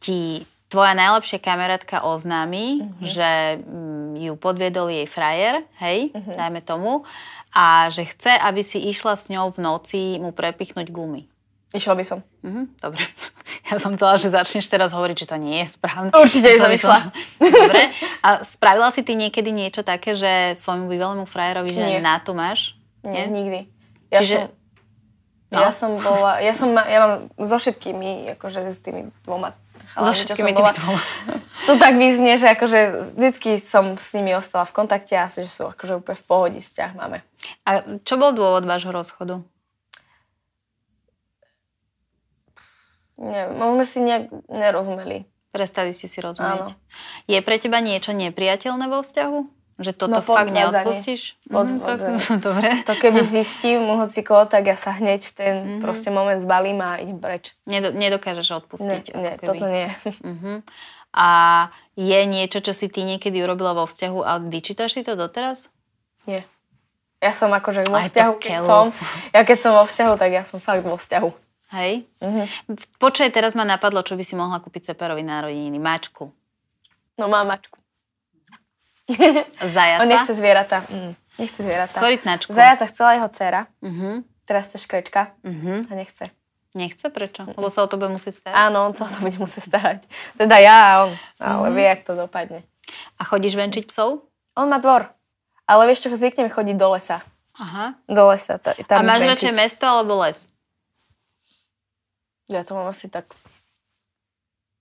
Speaker 1: ti tvoja najlepšia kamarátka oznámi,
Speaker 2: Mhm.
Speaker 1: že mm, ju podviedol jej frajer, hej,
Speaker 2: Mhm.
Speaker 1: dajme tomu, a že chce, aby si išla s ňou v noci mu prepichnúť gumy.
Speaker 2: Išla by som.
Speaker 1: Mhm, dobre. Ja som chcela, že začneš teraz hovoriť, že to nie je správne. Že
Speaker 2: Určite som
Speaker 1: by
Speaker 2: išla.
Speaker 1: Dobre. A spravila si ty niekedy niečo také, že svojmu bývalému frajerovi, že
Speaker 2: Nie.
Speaker 1: na tu máš?
Speaker 2: Nie, nikdy. Ja
Speaker 1: Čiže-
Speaker 2: som,
Speaker 1: No.
Speaker 2: ja som bola, ja som, ma- ja mám so všetkými, akože s tými dvoma
Speaker 1: So
Speaker 2: chalami, čo
Speaker 1: všetkými
Speaker 2: som bola,
Speaker 1: tými dvoma.
Speaker 2: To tak vyznie, že akože vždycky som s nimi ostala v kontakte a asi, že sú akože úplne v pohode vzťah máme.
Speaker 1: A čo bol dôvod vášho rozchodu?
Speaker 2: Neviem, my sme si nejak nerozumeli.
Speaker 1: Prestali ste si rozumieť.
Speaker 2: Áno.
Speaker 1: Je pre teba niečo nepriateľné vo vzťahu? Že toto
Speaker 2: No,
Speaker 1: fakt
Speaker 2: podvádzanie.
Speaker 1: neodpustíš? Mhm,
Speaker 2: Podvádzanie.
Speaker 1: tak- Dobre.
Speaker 2: To
Speaker 1: Hm.
Speaker 2: keby zistím hoci koho, tak ja sa hneď v ten
Speaker 1: Mhm.
Speaker 2: mm-hmm. proste moment zbalím a idem preč.
Speaker 1: Nedo- nedokážeš
Speaker 2: Nie,
Speaker 1: odpustiť.
Speaker 2: nie,
Speaker 1: ako keby.
Speaker 2: toto nie.
Speaker 1: Mhm. A je niečo, čo si ty niekedy urobila vo vzťahu a vyčítaš si to doteraz?
Speaker 2: nie. Ja som akože vo
Speaker 1: Aj to
Speaker 2: vzťahu, keď
Speaker 1: keľu.
Speaker 2: som, ja keď som vo vzťahu, tak ja som fakt vo vzťahu.
Speaker 1: Hej?
Speaker 2: Mhm.
Speaker 1: Počkaj, teraz ma napadlo, čo by si mohla kúpiť Ceperovi na rodiny. Mačku.
Speaker 2: No mám mačku.
Speaker 1: Zajaca.
Speaker 2: On nechce zvieratá. Mm. Nechce zvieratá.
Speaker 1: Korytnačku.
Speaker 2: Zajaca chcela jeho dcera,
Speaker 1: Mhm,
Speaker 2: teraz chce škrečka
Speaker 1: mhm.
Speaker 2: a nechce.
Speaker 1: Nechce? Prečo? Lebo sa o to bude musieť starať.
Speaker 2: Áno, on sa o to bude musieť starať. Teda ja a on. Ale vie, jak to dopadne.
Speaker 1: A chodíš venčiť psov?
Speaker 2: On má dvor. Ale vieš čo, zvykne mi chodiť do lesa.
Speaker 1: Aha.
Speaker 2: Do lesa. ta-
Speaker 1: A
Speaker 2: Tam
Speaker 1: máš
Speaker 2: venčiť.
Speaker 1: radšej mesto alebo les?
Speaker 2: Ja to mám asi tak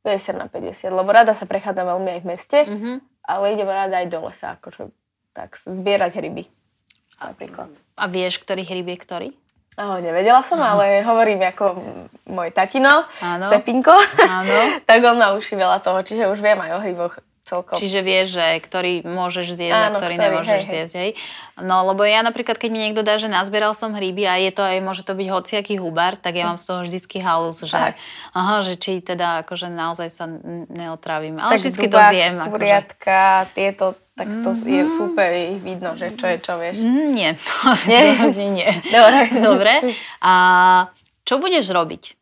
Speaker 2: 50 na 50, lebo rada sa prechádzam veľmi aj v meste,
Speaker 1: Mhm.
Speaker 2: ale idem rada aj do lesa, akože tak zbierať ryby. Napríklad.
Speaker 1: A vieš, ktorý hryb je ktorý?
Speaker 2: Ahoj, nevedela som, ale hovorím ako m- môj tatino,
Speaker 1: Áno.
Speaker 2: Sepinko,
Speaker 1: Áno.
Speaker 2: tak on má uši veľa toho, čiže už viem aj o hryboch celkom.
Speaker 1: Čiže vieš, že ktorý môžeš zjesť
Speaker 2: Áno,
Speaker 1: a ktorý,
Speaker 2: ktorý,
Speaker 1: nemôžeš
Speaker 2: hej, hej.
Speaker 1: zjesť. Hej. No lebo ja napríklad, keď mi niekto dá, že nazbieral som hryby a je to aj, môže to byť hociaký hubar, tak ja mám z toho vždycky halus, že,
Speaker 2: Tak.
Speaker 1: aha, že či teda akože naozaj sa n- neotrávim. Ale
Speaker 2: tak
Speaker 1: vždycky to
Speaker 2: dubák,
Speaker 1: zjem. Akože. Mhm.
Speaker 2: Kuriatka, tieto, tak to je super, je ich vidno, že čo je čo, vieš.
Speaker 1: Mm, Nie,
Speaker 2: Nie.
Speaker 1: nie, nie.
Speaker 2: Dobre.
Speaker 1: Dobre. A čo budeš robiť?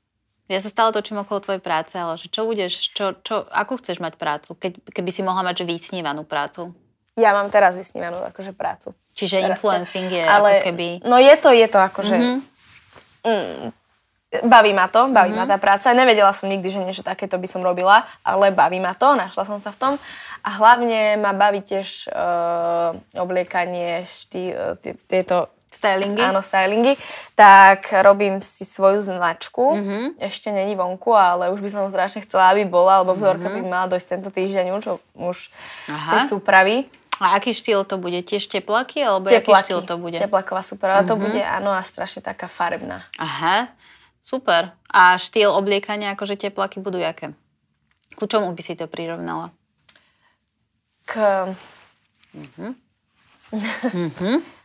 Speaker 1: Ja sa stále točím okolo tvojej práce, ale že čo budeš, čo, čo, akú chceš mať prácu, keď, keby si mohla mať že vysnívanú prácu?
Speaker 2: Ja mám teraz vysnívanú akože prácu.
Speaker 1: Čiže
Speaker 2: Teraz
Speaker 1: influencing je
Speaker 2: Ale,
Speaker 1: ako keby... Mhm.
Speaker 2: No je to, je to akože... Mm-hmm. Mm, baví ma to, baví
Speaker 1: Mhm.
Speaker 2: ma tá práca. Nevedela som nikdy, že niečo takéto by som robila, ale baví ma to, našla som sa v tom. A hlavne ma baví tiež uh, obliekanie, štý, uh, tie- tieto
Speaker 1: Stylingy?
Speaker 2: Áno, stylingy. Tak robím si svoju značku.
Speaker 1: Mhm.
Speaker 2: Ešte není vonku, ale už by som strašne chcela, aby bola, lebo vzorka by mala dojsť tento týždeň už, už
Speaker 1: Mhm. Aha.
Speaker 2: tej súpravy.
Speaker 1: A aký štýl to bude? Tiež teplaky? Alebo aký štýl to bude? Mhm.
Speaker 2: Teplaková súprava to bude, áno, a strašne taká farebná.
Speaker 1: Aha, super. A štýl obliekania, akože teplaky budú jaké? Ku čomu by si to prirovnala?
Speaker 2: K...
Speaker 1: Mhm.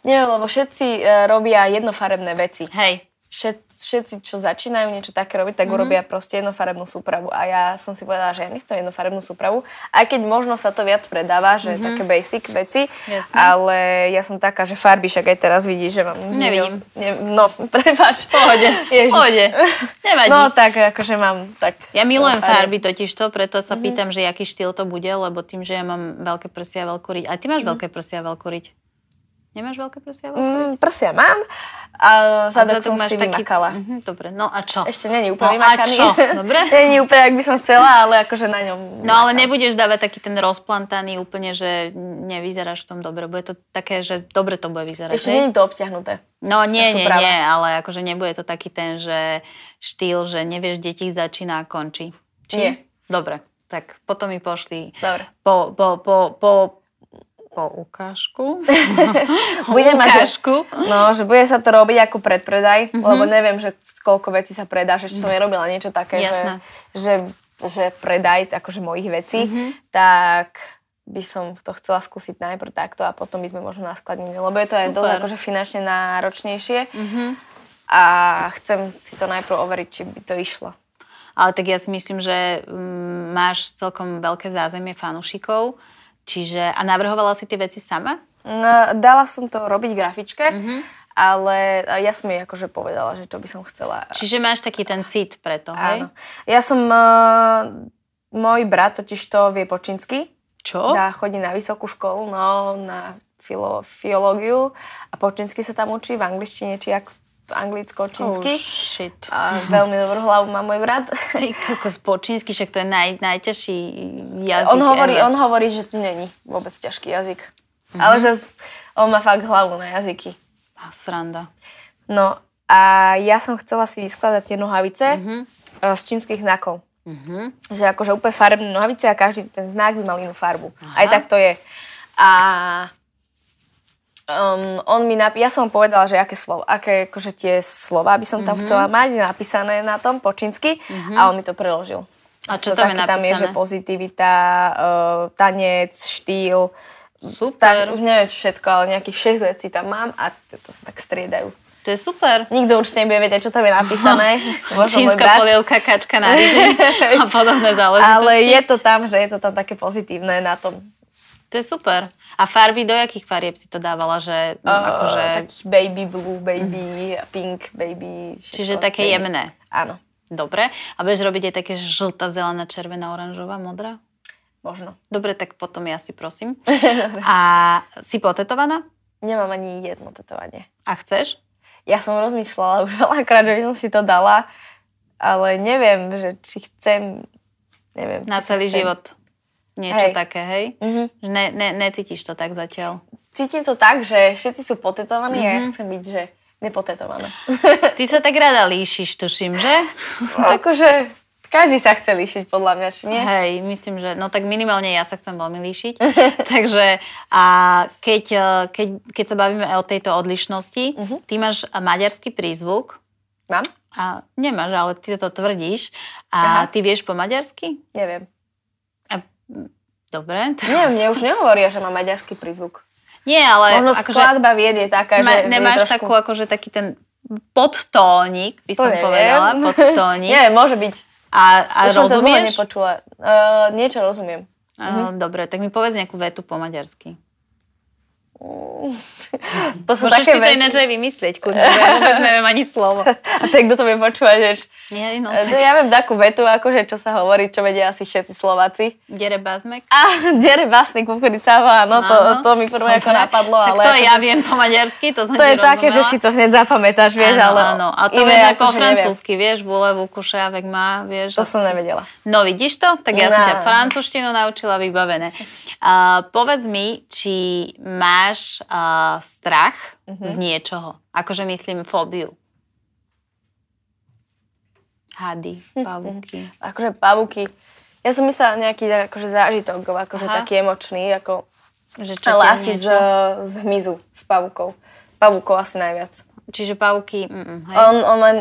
Speaker 2: Neviem, lebo všetci e, robia jednofarebné veci.
Speaker 1: Hej,
Speaker 2: Všet, všetci, čo začínajú niečo také robiť, tak
Speaker 1: Mhm.
Speaker 2: urobia proste jednofarebnú súpravu. A ja som si povedala, že ja nechcem jednofarebnú súpravu, aj keď možno sa to viac predáva, že také basic veci,
Speaker 1: Mhm. Jasné.
Speaker 2: ale ja som taká, že farby, však aj teraz vidíš, že mám...
Speaker 1: Nevidím.
Speaker 2: Ne, no, prepáč. Pohode. Ježiš.
Speaker 1: pohode, nevadí.
Speaker 2: No tak, akože mám tak...
Speaker 1: Ja milujem
Speaker 2: farby.
Speaker 1: farby totiž to, preto sa
Speaker 2: Mhm.
Speaker 1: pýtam, že aký štýl to bude, lebo tým, že ja mám veľké prsia a veľkú riť. A ty máš veľké prsia a veľkú riť. Nemáš veľké prsia?
Speaker 2: Mhm. Mm, prsia mám, a
Speaker 1: zadok
Speaker 2: zadok som si vymakala.
Speaker 1: Mhm, dobre, no a čo?
Speaker 2: Ešte není úplne
Speaker 1: No a
Speaker 2: vymakaný.
Speaker 1: čo? Dobre.
Speaker 2: není úplne, ak by som chcela, ale akože na ňom.
Speaker 1: No ale nebudeš dávať taký ten rozplantaný úplne, že nevyzeráš v tom dobre. Bude to také, že dobre to bude vyzerať.
Speaker 2: Ešte
Speaker 1: hej?
Speaker 2: není to obťahnuté.
Speaker 1: No nie,
Speaker 2: sú
Speaker 1: nie,
Speaker 2: práva.
Speaker 1: nie, ale akože nebude to taký ten, že štýl, že nevieš, kde ti začína a končí. Či?
Speaker 2: Nie.
Speaker 1: Dobre, tak potom mi pošli
Speaker 2: Dobre.
Speaker 1: po, po, po, po, po ukážku.
Speaker 2: Bude mať, že-
Speaker 1: ukážku.
Speaker 2: No, že bude sa to robiť ako predpredaj,
Speaker 1: Mhm.
Speaker 2: mm-hmm. lebo neviem, že koľko vecí sa predá, že ešte som nerobila niečo také, že,
Speaker 1: Jasné.
Speaker 2: že, že predaj akože mojich vecí,
Speaker 1: Mhm.
Speaker 2: mm-hmm. tak by som to chcela skúsiť najprv takto a potom by sme možno naskladnili, lebo je to aj dosť
Speaker 1: Super.
Speaker 2: akože finančne náročnejšie
Speaker 1: Mhm.
Speaker 2: a chcem si to najprv overiť, či by to išlo.
Speaker 1: Ale tak ja si myslím, že mm, máš celkom veľké zázemie fanúšikov. Čiže, a navrhovala si tie veci sama?
Speaker 2: No, dala som to robiť grafičke,
Speaker 1: Mhm.
Speaker 2: mm-hmm. ale ja som jej akože povedala, že čo by som chcela
Speaker 1: Čiže máš taký ten cit pre to, hej?
Speaker 2: Áno. Ja som... Uh, môj brat totiž to vie po čínsky.
Speaker 1: Čo?
Speaker 2: Dá, chodí na vysokú školu, no, na filo, filológiu a po čínsky sa tam učí v angličtine, či ako
Speaker 1: Oh,
Speaker 2: anglicko-čínsky.
Speaker 1: shit.
Speaker 2: A veľmi dobrú hlavu má môj brat.
Speaker 1: Ty kokos po čínsky, však to je naj, najťažší jazyk.
Speaker 2: on, hovorí,
Speaker 1: ever.
Speaker 2: on hovorí, že to není vôbec ťažký jazyk. Ale zase on má fakt hlavu na jazyky.
Speaker 1: Á, Sranda.
Speaker 2: No a ja som chcela si vyskladať tie nohavice eh, z čínskych znakov.
Speaker 1: Mhm.
Speaker 2: že akože úplne farebné nohavice a každý ten znak by mal inú farbu.
Speaker 1: Aha.
Speaker 2: Aj tak to je. A um, on mi nap- ja som mu povedala, že aké, slovo, aké akože tie slova by som tam
Speaker 1: Mhm.
Speaker 2: chcela mať napísané na tom po čínsky a on mi to preložil.
Speaker 1: A čo tam je
Speaker 2: také Tam je, že
Speaker 1: napísané?
Speaker 2: pozitivita, uh, tanec, štýl, tak
Speaker 1: Super.
Speaker 2: už neviem čo všetko, ale nejakých 6 vecí tam mám a to, to sa tak striedajú.
Speaker 1: To je super.
Speaker 2: Nikto určite nebude vedieť, čo tam je napísané. Možno môj
Speaker 1: Čínska
Speaker 2: brat.
Speaker 1: polievka, kačka na ryži a podobné záležitosti.
Speaker 2: Ale je to tam, že je to tam také pozitívne na tom
Speaker 1: To je super. A farby, do jakých farieb si to dávala? Že,
Speaker 2: uh,
Speaker 1: akože,
Speaker 2: takých baby blue, baby pink, baby všetko.
Speaker 1: Mm. čiže také
Speaker 2: baby.
Speaker 1: jemné.
Speaker 2: Áno,
Speaker 1: Dobre. A budeš robiť aj také že žltá, zelená, červená, oranžová, modrá?
Speaker 2: možno.
Speaker 1: Dobre, tak potom ja si prosím. A si potetovaná?
Speaker 2: Nemám ani jedno tetovanie.
Speaker 1: A chceš?
Speaker 2: Ja som rozmýšľala už veľakrát, že by som si to dala, ale neviem, že či chcem, neviem.
Speaker 1: Na
Speaker 2: či sa
Speaker 1: celý
Speaker 2: chcem.
Speaker 1: život. Niečo
Speaker 2: Hej.
Speaker 1: také, hej?
Speaker 2: Mhm.
Speaker 1: Že Ne, ne, necítiš to tak zatiaľ.
Speaker 2: Cítim to tak, že všetci sú potetovaní
Speaker 1: Mhm.
Speaker 2: a ja chcem byť, že nepotetovaná.
Speaker 1: Ty sa tak rada líšiš, tuším, že?
Speaker 2: akože každý sa chce líšiť podľa mňa, či nie?
Speaker 1: Hej, myslím, že no tak minimálne ja sa chcem veľmi líšiť. Takže a keď, e, keď, keď sa bavíme aj o tejto odlišnosti,
Speaker 2: Mhm.
Speaker 1: ty máš maďarský prízvuk
Speaker 2: Mám?
Speaker 1: a nemáš, ale ty to tvrdíš a
Speaker 2: Aha.
Speaker 1: ty vieš po maďarsky?
Speaker 2: Neviem.
Speaker 1: A, m, dobre. to-
Speaker 2: Nie, mne už nehovoria, že má maďarský prízvuk.
Speaker 1: Nie, ale akože
Speaker 2: Možno skladba vied je taká,
Speaker 1: ma,
Speaker 2: že...
Speaker 1: nemáš
Speaker 2: je trošku-
Speaker 1: takú akože taký ten podtónik, by som
Speaker 2: To neviem.
Speaker 1: povedala, podtónik.
Speaker 2: Nie, môže byť.
Speaker 1: A, a
Speaker 2: Už som to dlho Mhm.
Speaker 1: rozumieš?
Speaker 2: nepočula. Uh, niečo rozumiem.
Speaker 1: Áno, Dobre, tak mi povedz nejakú vetu po maďarsky.
Speaker 2: To
Speaker 1: Môžeš
Speaker 2: sú také
Speaker 1: si to
Speaker 2: veci.
Speaker 1: ináč aj vymyslieť, kľudne, že ja vôbec neviem ani slovo.
Speaker 2: A tak kto to vie počúvať, že...
Speaker 1: Nie, no
Speaker 2: No,
Speaker 1: tak.
Speaker 2: ja viem takú vetu, akože čo sa hovorí, čo vedia asi všetci Slováci.
Speaker 1: Dere bazmek.
Speaker 2: A dere basný kukuricáva, áno, No, to,
Speaker 1: Áno.
Speaker 2: to mi prvé ako
Speaker 1: Dobre.
Speaker 2: napadlo,
Speaker 1: tak
Speaker 2: ale...
Speaker 1: to ja viem po maďarsky, to som
Speaker 2: to je také, že
Speaker 1: nerozumela.
Speaker 2: si to hneď zapamätáš, vieš,
Speaker 1: áno,
Speaker 2: ale
Speaker 1: áno. A to
Speaker 2: iné
Speaker 1: vieš aj po
Speaker 2: akože neviem.
Speaker 1: francúzsky, vieš, vule, vukuša, vek má, vieš.
Speaker 2: To som nevedela.
Speaker 1: No vidíš to? Tak ja som
Speaker 2: No.
Speaker 1: ťa francúzštinu naučila vybavené. A povedz mi, či máš a, strach z
Speaker 2: Mhm.
Speaker 1: niečoho. Akože myslím fóbiu. Hady,
Speaker 2: Hm,
Speaker 1: pavúky.
Speaker 2: Akože pavúky. Ja som myslela nejaký akože zážitok, akože
Speaker 1: Aha.
Speaker 2: taký emočný, ako
Speaker 1: Že čo
Speaker 2: Ale
Speaker 1: ti
Speaker 2: asi z,
Speaker 1: niečo?
Speaker 2: z hmyzu, s pavúkov. Pavúkov asi najviac.
Speaker 1: Čiže pavúky... Mm, hej.
Speaker 2: On, on len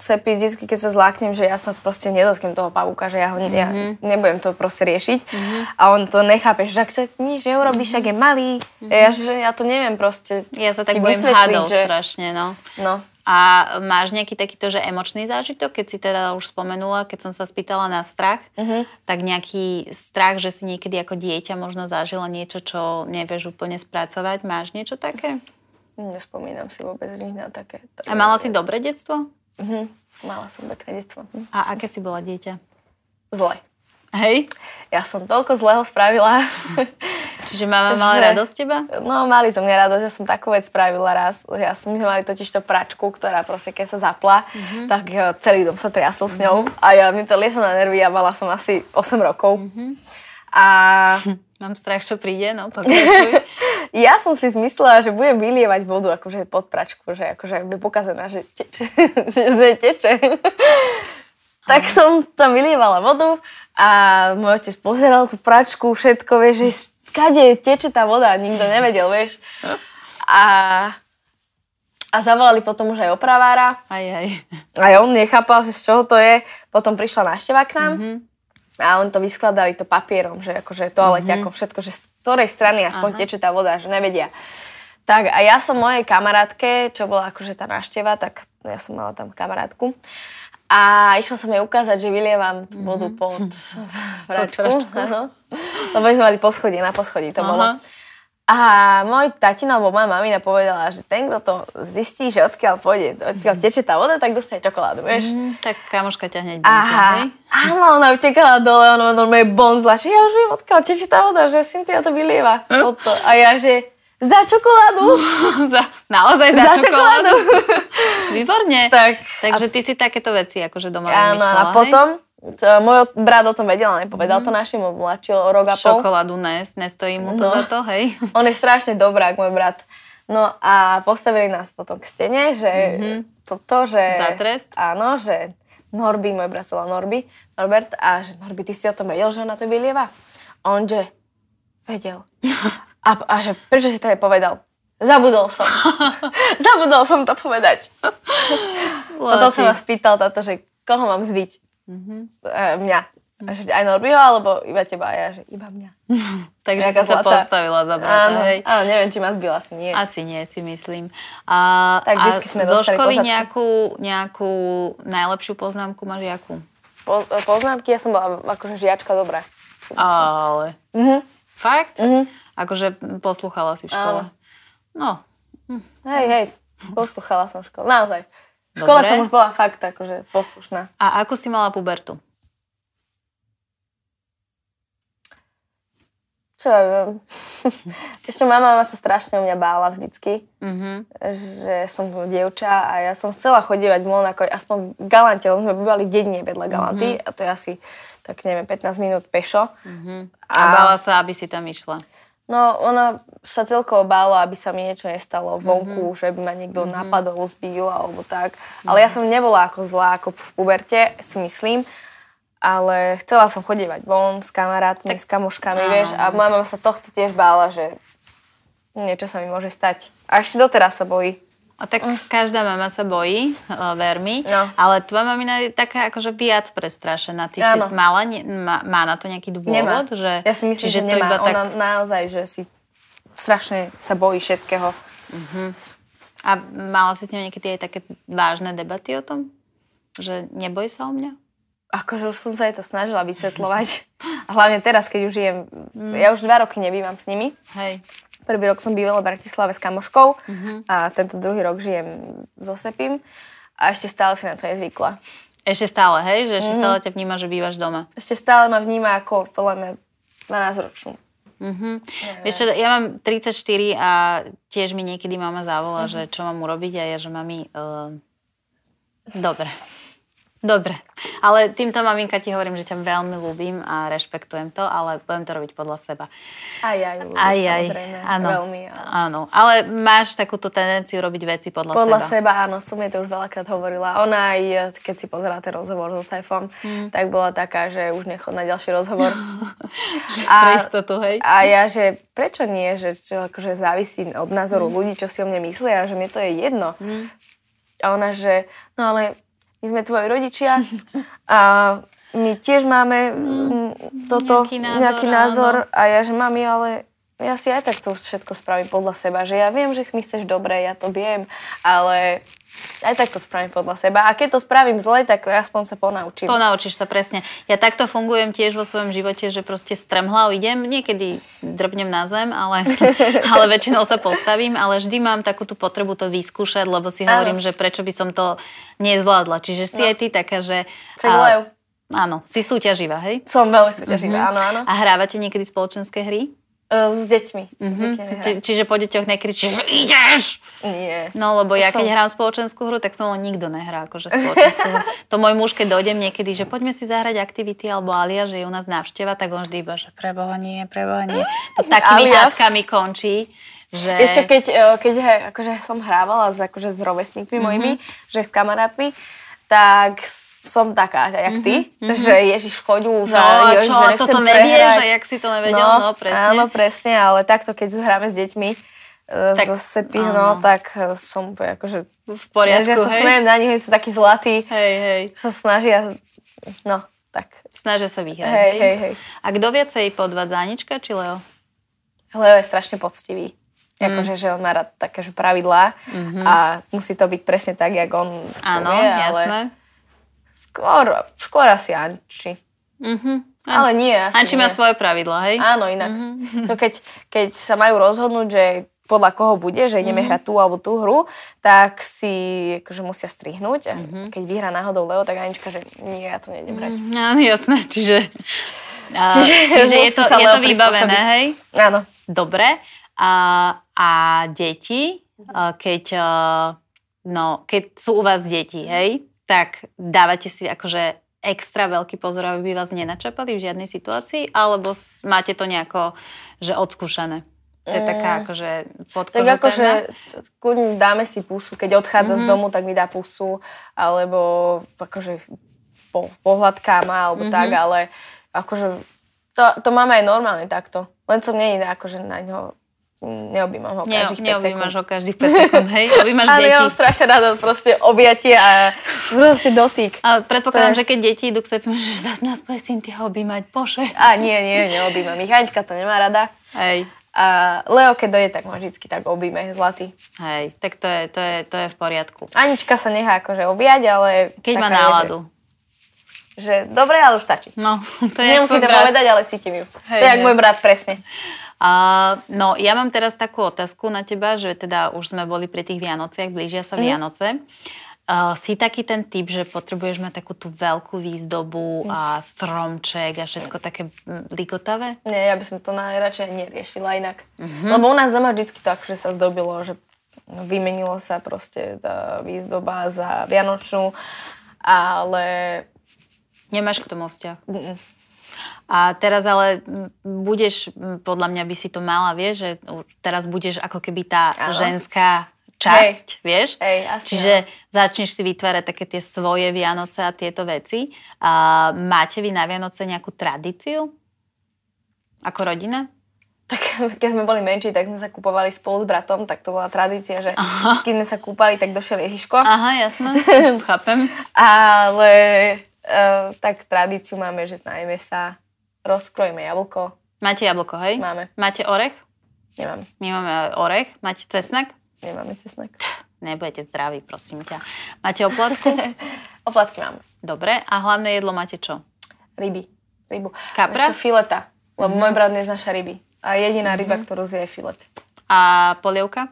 Speaker 2: cepí vždy, keď sa zláknem, že ja sa proste nedotknem toho pavúka, že ja ho ja
Speaker 1: Mhm.
Speaker 2: nebudem to proste riešiť. A on to nechápe, že ak sa nič neurobíš, však je malý. Ja, že ja to neviem proste.
Speaker 1: Mhm. Ja sa tak
Speaker 2: ti
Speaker 1: bojím
Speaker 2: vysvetliť,
Speaker 1: hadov
Speaker 2: že-
Speaker 1: strašne, no.
Speaker 2: No.
Speaker 1: A máš nejaký takýto, že emočný zážitok, keď si teda už spomenula, keď som sa spýtala na strach,
Speaker 2: Mhm.
Speaker 1: tak nejaký strach, že si niekedy ako dieťa možno zažila niečo, čo nevieš úplne spracovať. Máš niečo také?
Speaker 2: Nespomínam si vôbec nič na také.
Speaker 1: A mala si dobré detstvo?
Speaker 2: Mhm. Mala som pekné detstvo.
Speaker 1: A aké si bola dieťa?
Speaker 2: Zle.
Speaker 1: Hej?
Speaker 2: Ja som toľko zlého spravila.
Speaker 1: Čiže mama mala
Speaker 2: Že-
Speaker 1: radosť z teba?
Speaker 2: No, mali zo mňa radosť, ja som takú vec spravila raz. Ja som my sme mali totiž to pračku, ktorá proste keď sa zapla, tak jo, celý dom sa triasol s ňou a ja mi to lieslo na nervy, ja mala som asi 8 rokov. A
Speaker 1: Mám strach, čo príde, no pokračuj.
Speaker 2: ja som si zmyslela, že budem vylievať vodu akože pod pračku, že akože je pokazená, že teče. že z nej teče. tak som tam vylievala vodu a môj otec pozeral tú pračku, všetko, vieš, že skade teče tá voda, nikto nevedel, vieš. A, a zavolali potom už aj opravára.
Speaker 1: Aj, aj.
Speaker 2: Aj on nechápal, že z čoho to je. Potom prišla návšteva k nám mm-hmm. a on to vyskladali to papierom, že akože toaleťakom, mm-hmm. všetko, že z ktorej strany aspoň Aha. teče tá voda, že nevedia. Tak a ja som mojej kamarátke, čo bola akože tá návšteva, tak ja som mala tam kamarátku. A išla som jej ukázať, že vylievam tú vodu Mhm. pod vračku.
Speaker 1: vračku.
Speaker 2: áno. Lebo my sme mali poschodie, na poschodí to
Speaker 1: Aha.
Speaker 2: bolo. A môj tatino alebo moja mamina povedala, že ten, kto to zistí, že odkiaľ pôjde, odkiaľ teče tá voda, tak dostane čokoládu, vieš?
Speaker 1: Hm, tak kamoška ťa hneď blízla, hej?
Speaker 2: Mhm. Aha, áno, ona utekala dole, ona normálne bonzla, že ja už viem, odkiaľ teče tá voda, že Cynthia to vylieva.
Speaker 1: Hm?
Speaker 2: Toto. A ja, že za čokoládu,
Speaker 1: za, naozaj Hm, za,
Speaker 2: za
Speaker 1: čokoládu.
Speaker 2: čokoládu.
Speaker 1: Výborne.
Speaker 2: Tak.
Speaker 1: Takže ty si takéto veci akože doma
Speaker 2: Áno,
Speaker 1: vymýšľala,
Speaker 2: a
Speaker 1: hej?
Speaker 2: potom, to, môj brat o tom vedel, ale nepovedal
Speaker 1: Hm?
Speaker 2: to našemu, mladšieho o rok a pol.
Speaker 1: Čokoládu nes, nestojí mu to
Speaker 2: No.
Speaker 1: za to, hej?
Speaker 2: On je strašne dobrák, môj brat. No a postavili nás potom k stene, že mm-hmm. toto, že...
Speaker 1: Mhm. Za trest?
Speaker 2: Áno, že Norby, môj brat sa volá Norby, Norbert, a že Norby, ty si o tom vedel, že ona to vylieva? A on, že vedel. A, a že prečo si to nepovedal? Zabudol som. Zabudol som to povedať. Potom sa ma spýtal táto, že koho mám zbiť?
Speaker 1: Mhm.
Speaker 2: E, mňa. A že aj Norbyho, alebo iba teba? A ja, že iba mňa.
Speaker 1: Takže
Speaker 2: Nejaká
Speaker 1: si sa
Speaker 2: zlatá.
Speaker 1: postavila za brata,
Speaker 2: Áno,
Speaker 1: No, hej?
Speaker 2: áno, neviem, či ma zbila, asi nie.
Speaker 1: Asi nie, si myslím. A,
Speaker 2: Tak
Speaker 1: a
Speaker 2: vždycky sme
Speaker 1: zo
Speaker 2: dostali
Speaker 1: školy
Speaker 2: pozadku.
Speaker 1: nejakú, nejakú najlepšiu poznámku máš jakú?
Speaker 2: Po, poznámky, ja som bola akože žiačka dobrá. Som-
Speaker 1: Ale.
Speaker 2: Mhm.
Speaker 1: Fakt?
Speaker 2: Mhm.
Speaker 1: Akože poslúchala si v škole. No,
Speaker 2: Hej, hej, posluchala som školu, naozaj. V škole
Speaker 1: Dobre.
Speaker 2: som už bola fakt akože poslušná.
Speaker 1: a ako si mala pubertu?
Speaker 2: Čo ja viem. Ešte mama, mama sa strašne o mňa bála vždycky,
Speaker 1: Mhm.
Speaker 2: že som dievča a ja som chcela chodívať von ako aspoň v Galante, lebo sme bývali dedine vedľa
Speaker 1: Mhm.
Speaker 2: Galanty a to je asi tak neviem, 15 minút pešo.
Speaker 1: Mhm. A bála sa, aby si tam išla.
Speaker 2: No, ona sa celkovo bála, aby sa mi niečo nestalo
Speaker 1: Mhm.
Speaker 2: vonku, mm-hmm. že by ma niekto mm-hmm. napadol, zbil alebo tak. Ale ja som nebola ako zlá, ako v puberte, si myslím. Ale chcela som chodievať von s kamarátmi, s kamoškami,
Speaker 1: Áno.
Speaker 2: vieš. A moja mama sa tohto tiež bála, že niečo sa mi môže stať. A ešte doteraz sa bojí.
Speaker 1: A tak každá mama sa bojí, eh, ver mi,
Speaker 2: Mm. No.
Speaker 1: ale tvoja mamina je taká akože viac prestrašená. Ty
Speaker 2: Áno.
Speaker 1: si mala, ne, má, má na to nejaký dôvod?
Speaker 2: Nemá.
Speaker 1: Že,
Speaker 2: ja si myslím,
Speaker 1: čiže
Speaker 2: že
Speaker 1: to
Speaker 2: nemá.
Speaker 1: iba tak...
Speaker 2: Ona naozaj, že si strašne sa bojí všetkého.
Speaker 1: A mala si s ňou niekedy aj také vážne debaty o tom? Že neboj sa o mňa?
Speaker 2: Akože už som sa jej to snažila vysvetľovať. A hlavne teraz, keď už žijem... Ja už dva roky nebývam s nimi.
Speaker 1: Hej.
Speaker 2: Prvý rok som bývala v Bratislave s kamoškou a tento druhý rok žijem so Sepim. A ešte stále si na to nezvykla.
Speaker 1: Ešte stále, hej? Že ešte
Speaker 2: Mhm.
Speaker 1: stále ťa vníma, že bývaš doma.
Speaker 2: Ešte stále ma vníma ako, podľa mňa, 12-ročnú.
Speaker 1: Vieš čo, ja mám 34 a tiež mi niekedy mama zavolá, že čo mám urobiť a ja, že mami... Uh, dobre. Dobre. Ale týmto maminka ti hovorím, že ťa veľmi ľúbim a rešpektujem to, ale budem to robiť podľa seba.
Speaker 2: Aj, aj, ľúbim,
Speaker 1: Aj, aj.
Speaker 2: samozrejme.
Speaker 1: Áno.
Speaker 2: Veľmi. ale-
Speaker 1: áno. Ale máš takúto tendenciu robiť veci podľa,
Speaker 2: Podľa
Speaker 1: seba.
Speaker 2: seba, áno, som jej to už veľakrát hovorila. Ona aj, e, keď si pozerala ten rozhovor so Saifom, tak bola taká, že už nechod na ďalší rozhovor.
Speaker 1: Pre istotu, hej?
Speaker 2: A ja, že prečo nie, že čo akože závisí od názoru
Speaker 1: Mhm.
Speaker 2: ľudí, čo si o mne myslia, že mi to je jedno. A ona, že no ale my sme tvoji rodičia a my tiež máme mm, toto,
Speaker 1: Mhm. Nejaký
Speaker 2: nejaký
Speaker 1: názor,
Speaker 2: názor, nejaký názor a ja, že mami, ale ja si aj tak to všetko spravím podľa seba, že ja viem, že mi chceš dobre, ja to viem, ale aj tak to spravím podľa seba. A keď to spravím zle, tak aspoň sa ponaučím.
Speaker 1: Ponaučíš sa presne. Ja takto fungujem tiež vo svojom živote, že proste stremhlav idem, niekedy drbnem na zem, ale, ale väčšinou sa postavím, ale vždy mám takú tú potrebu to vyskúšať, lebo si
Speaker 2: Áno. No.
Speaker 1: hovorím, že prečo by som to nezvládla. Čiže si aj ty taká, že...
Speaker 2: Čo volajú?
Speaker 1: a, Áno, si súťaživá, hej?
Speaker 2: Som veľmi súťaživá, áno, áno.
Speaker 1: A hrávate niekedy spoločenské hry?
Speaker 2: E, S deťmi. S deťmi
Speaker 1: Mm-hmm.
Speaker 2: hrať.
Speaker 1: Čiže po deťoch nekričíš, že ideš!
Speaker 2: Nie.
Speaker 1: No, lebo ja
Speaker 2: Som-
Speaker 1: keď hrám spoločenskú hru, tak som len nikto nehrá akože spoločenskú hru. To môj muž, keď dojdem niekedy, že poďme si zahrať aktivity alebo Alia, že je u nás návšteva, tak on vždy iba, že preboha nie, preboha nie. To takými
Speaker 2: Alias.
Speaker 1: hádkami končí, že...
Speaker 2: Ešte keď, e, keď he, akože som hrávala s, akože s rovesníkmi
Speaker 1: Mhm.
Speaker 2: mojimi, že s kamarátmi, tak som taká, jak ty, že Ježiš, choď už.
Speaker 1: Mhm, No,
Speaker 2: a
Speaker 1: a
Speaker 2: Jož,
Speaker 1: čo,
Speaker 2: že nechcem
Speaker 1: toto nevieš
Speaker 2: prehrať.
Speaker 1: a jak si to nevedel, no, presne.
Speaker 2: Áno, presne, ale takto, keď hráme s deťmi,
Speaker 1: Tak-
Speaker 2: tak, zo sepich, no,
Speaker 1: áno.
Speaker 2: tak e, som úplne akože...
Speaker 1: v poriadku,
Speaker 2: Ja sa
Speaker 1: hej?
Speaker 2: smejem na nich, oni sú takí zlatí,
Speaker 1: Hej, hej.
Speaker 2: sa snažia, no, tak.
Speaker 1: Snažia sa vyhrať.
Speaker 2: Hej, hej, hej.
Speaker 1: A kto viacej podvádza, Anička či Leo?
Speaker 2: Leo je strašne poctivý.
Speaker 1: Mm.
Speaker 2: Akože, že on má rád také že pravidlá a musí to byť presne tak, jak on
Speaker 1: Mhm. Áno,
Speaker 2: povie, ale
Speaker 1: jasné.
Speaker 2: skôr, skôr asi Anči.
Speaker 1: Mhm.
Speaker 2: Ale nie, asi
Speaker 1: Anči
Speaker 2: nie.
Speaker 1: má svoje Mhm. pravidla, hej?
Speaker 2: Áno, inak. To keď, keď sa majú rozhodnúť, že podľa koho bude, že
Speaker 1: Mhm.
Speaker 2: ideme hrať tú alebo tú hru, tak si akože musia strihnúť. A
Speaker 1: Mhm.
Speaker 2: keď vyhrá náhodou Leo, tak Anička, že nie, ja to nejdem hrať.
Speaker 1: Áno, jasné, čiže... A,
Speaker 2: Čiže
Speaker 1: čiže, je
Speaker 2: musí
Speaker 1: to,
Speaker 2: sa
Speaker 1: je
Speaker 2: Leo
Speaker 1: to vybavené,
Speaker 2: prispôsobiť.
Speaker 1: hej?
Speaker 2: Áno.
Speaker 1: Dobre. A, a deti,
Speaker 2: Mhm.
Speaker 1: a keď, a, no, keď sú u vás
Speaker 2: Mhm.
Speaker 1: deti, hej, tak dávate si akože extra veľký pozor, aby by vás nenačapali v žiadnej situácii, alebo s- máte to nejako, že odskúšané? To je taká akože
Speaker 2: Mm. Tak
Speaker 1: podkožná
Speaker 2: akože t- kľudne dáme si pusu, keď
Speaker 1: Mhm.
Speaker 2: odchádza z domu, tak mi dá pusu, alebo akože po, pohľadká ma, alebo tak,
Speaker 1: Mhm.
Speaker 2: ale akože to, to máme aj normálne takto. Len som není na- akože na ňo, neobjímam ho
Speaker 1: Ne,
Speaker 2: každých 5 sekúnd.
Speaker 1: neobjímaš ho každých 5 sekúnd, hej? Objímaš
Speaker 2: Ale ja
Speaker 1: deti.
Speaker 2: mám strašne rada proste objatie a proste dotyk.
Speaker 1: Ale predpokladám,
Speaker 2: To je-
Speaker 1: že keď deti idú k sebe, že zase nás bude syn tie objímať, bože.
Speaker 2: A nie, nie, neobjímam ich. Anička to nemá rada.
Speaker 1: Hej,
Speaker 2: A Leo, keď dojde, tak ma vždycky tak objíme, zlatý.
Speaker 1: hej, tak to je, to je, to je v poriadku.
Speaker 2: Anička sa nechá akože objať, ale...
Speaker 1: Keď má
Speaker 2: taká je, že-
Speaker 1: náladu.
Speaker 2: že dobre, ale stačí.
Speaker 1: No, to je
Speaker 2: Nemusí
Speaker 1: ako
Speaker 2: to
Speaker 1: brat.
Speaker 2: povedať, ale cítim ju.
Speaker 1: Hej,
Speaker 2: to je jak
Speaker 1: hej.
Speaker 2: môj brat, presne.
Speaker 1: A, no, ja mám teraz takú otázku na teba, že teda už sme boli pri tých Vianociach, blížia sa Vianoce. Uh, si taký ten typ, že potrebuješ mať takú tú veľkú výzdobu a stromček a všetko také mm, ligotavé?
Speaker 2: Nie, ja by som to najradšej neriešila inak.
Speaker 1: Mhm.
Speaker 2: Lebo u nás doma vždycky to akože sa zdobilo, že vymenilo sa proste tá výzdoba za Vianočnú, ale
Speaker 1: Nemáš k tomu vzťah? A teraz ale m, budeš, m, podľa mňa by si to mala, vieš, že u- teraz budeš ako keby tá
Speaker 2: Áno.
Speaker 1: ženská časť, vieš?
Speaker 2: Hej, asi
Speaker 1: Čiže začneš si vytvárať také tie svoje Vianoce a tieto veci. A máte vy na Vianoce nejakú tradíciu? Ako rodina?
Speaker 2: tak keď sme boli menší, tak sme sa kúpovali spolu s bratom, tak to bola tradícia, že keď sme sa kúpali, tak došiel Ježiško.
Speaker 1: Aha, jasné, chápem.
Speaker 2: Ale e, tak tradíciu máme, že najmä sa rozkrojíme jablko.
Speaker 1: Máte jablko, hej?
Speaker 2: Máme.
Speaker 1: Máte orech?
Speaker 2: Nemáme,
Speaker 1: My máme orech. Máte cesnak?
Speaker 2: nemáme cesnak.
Speaker 1: Nebudete zdraví, prosím ťa. Máte oplatku?
Speaker 2: Oplatky máme.
Speaker 1: Dobre. A hlavné jedlo máte čo?
Speaker 2: Ryby. Rybu.
Speaker 1: Kapra? Mhm.
Speaker 2: Ešte fileta. Lebo môj brat neznáša ryby. A jediná ryba, ktorú zje, je filet.
Speaker 1: A polievka?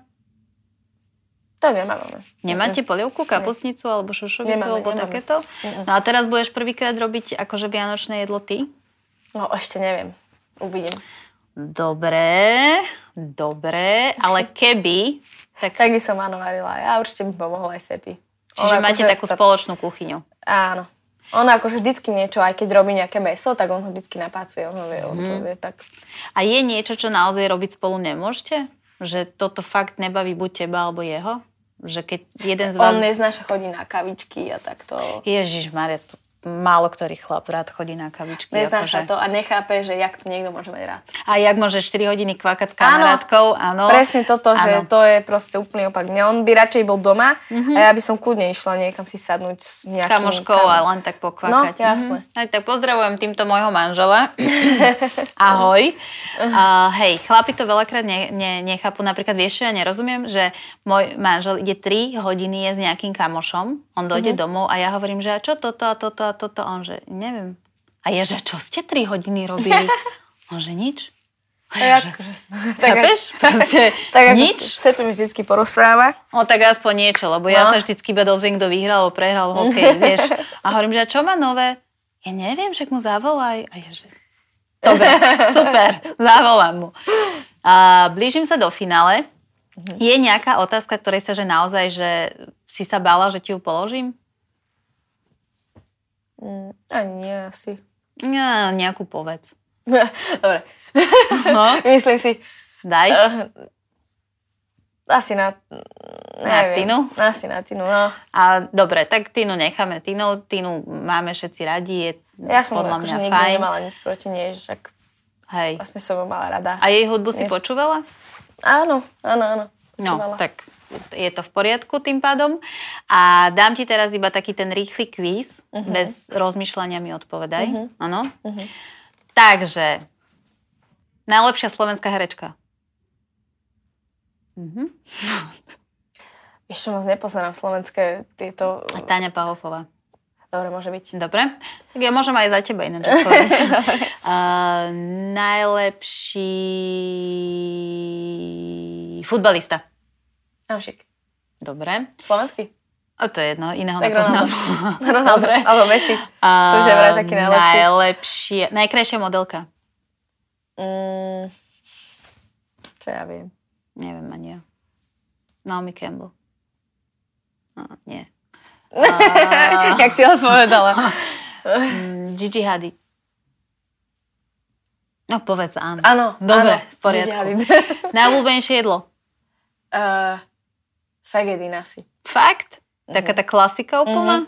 Speaker 2: To nemávame.
Speaker 1: Nemáte polievku, kapusnicu alebo šošovicu
Speaker 2: Nemáme,
Speaker 1: alebo
Speaker 2: nemáme.
Speaker 1: takéto? No a teraz budeš prvýkrát robiť akože vianočné jedlo ty?
Speaker 2: No ešte neviem. Uvidím.
Speaker 1: Dobre, dobre, ale keby, tak,
Speaker 2: Tak by som áno varila. Ja určite by pomohla aj Sepi.
Speaker 1: čiže
Speaker 2: Ona
Speaker 1: máte
Speaker 2: akože
Speaker 1: takú
Speaker 2: sa-
Speaker 1: spoločnú kuchyňu.
Speaker 2: Áno. Ona akože vždycky niečo, aj keď robí nejaké meso, tak on ho vždycky napácuje. On ho vie, on
Speaker 1: Mhm.
Speaker 2: to vie tak.
Speaker 1: A je niečo, čo naozaj robiť spolu nemôžete? Že toto fakt nebaví buď teba alebo jeho? Že keď jeden z vás...
Speaker 2: On neznáša chodí na kavičky a takto.
Speaker 1: Ježiš Maria, to málo ktorý chlap rád chodí na kavičky.
Speaker 2: Neznáša
Speaker 1: akože.
Speaker 2: to a nechápe, že jak to niekto môže mať rád.
Speaker 1: A jak môže 4 hodiny kvákať s
Speaker 2: Áno.
Speaker 1: kamarátkou, áno.
Speaker 2: Presne toto, že
Speaker 1: No, áno. Mhm.
Speaker 2: to je proste úplný opak. Mňa on by radšej bol doma a ja by som kľudne išla niekam si sadnúť s nejakým...
Speaker 1: kamoškou a len tak pokvakať.
Speaker 2: No, jasné.
Speaker 1: Mhm. Aj tak pozdravujem týmto môjho manžela. Ahoj. Uh, hej, chlapi to veľakrát ne, ne, nechápu. Napríklad vieš, čo ja nerozumiem, že môj manžel ide 3 hodiny je s nejakým kamošom, on
Speaker 2: Mhm.
Speaker 1: dojde domov a ja hovorím, že a čo toto a toto a toto. A on že, neviem. A je, že čo ste 3 hodiny robili? on že nič. A
Speaker 2: Ja,
Speaker 1: ja, že, chápeš? Proste
Speaker 2: tak ako
Speaker 1: nič.
Speaker 2: s- Sepi mi vždy porozpráva.
Speaker 1: No tak aspoň niečo, lebo ja
Speaker 2: No.
Speaker 1: sa vždycky iba dozviem, kto vyhral alebo prehral v hokeji, vieš. A hovorím, že a čo má nové? ja neviem, však mu zavolaj. A ja, že Dobre, super, zavolám mu. A blížim sa do finále.
Speaker 2: Mhm.
Speaker 1: Je nejaká otázka, ktorej sa, že naozaj, že si sa bála, že ti ju položím?
Speaker 2: Mm, ani nie, asi.
Speaker 1: Ja, nejakú povedz.
Speaker 2: Dobre.
Speaker 1: No,
Speaker 2: Myslím si,
Speaker 1: daj.
Speaker 2: eh, asi na... Neviem.
Speaker 1: Tinu?
Speaker 2: Asi na Tinu, no.
Speaker 1: A dobre, tak Tinu necháme. Tinu, Tinu máme všetci radi, je
Speaker 2: Ja som
Speaker 1: podľa mňa
Speaker 2: akože nikdy
Speaker 1: fajn.
Speaker 2: nemala nič proti nej, že tak
Speaker 1: Hej.
Speaker 2: vlastne som ju mala rada.
Speaker 1: A jej hudbu si
Speaker 2: Vieš-
Speaker 1: počúvala?
Speaker 2: Áno, áno, áno.
Speaker 1: No,
Speaker 2: Počúvala.
Speaker 1: tak je to v poriadku tým pádom. A dám ti teraz iba taký ten rýchly kvíz,
Speaker 2: Mhm.
Speaker 1: bez rozmýšľania mi odpovedaj. Áno? Takže, najlepšia slovenská herečka. Mhm.
Speaker 2: Ešte moc nepozerám slovenské tieto...
Speaker 1: A Táňa Pahofová.
Speaker 2: Dobre, môže byť.
Speaker 1: Dobre, tak ja môžem aj za teba ináč odpovedať. uh, najlepší futbalista.
Speaker 2: Amšik.
Speaker 1: Dobre,
Speaker 2: Slovenský?
Speaker 1: o, to je jedno, iného
Speaker 2: Tak
Speaker 1: nepoznám.
Speaker 2: Ronaldo.
Speaker 1: No, Dobre.
Speaker 2: Alebo Messi. Sú že vraj taký najlepší.
Speaker 1: Najlepšie, najkrajšia modelka.
Speaker 2: Mm, čo ja viem.
Speaker 1: Neviem ani ja. Naomi Campbell. No, nie.
Speaker 2: Jak si odpovedala.
Speaker 1: Mm, Gigi Hadid. No povedz áno.
Speaker 2: Áno,
Speaker 1: Dobre,
Speaker 2: áno,
Speaker 1: v poriadku.
Speaker 2: videli.
Speaker 1: Najobľúbenejšie jedlo.
Speaker 2: Eh, Sagedin asi.
Speaker 1: Fakt?
Speaker 2: Mhm.
Speaker 1: Taká tá klasika úplná.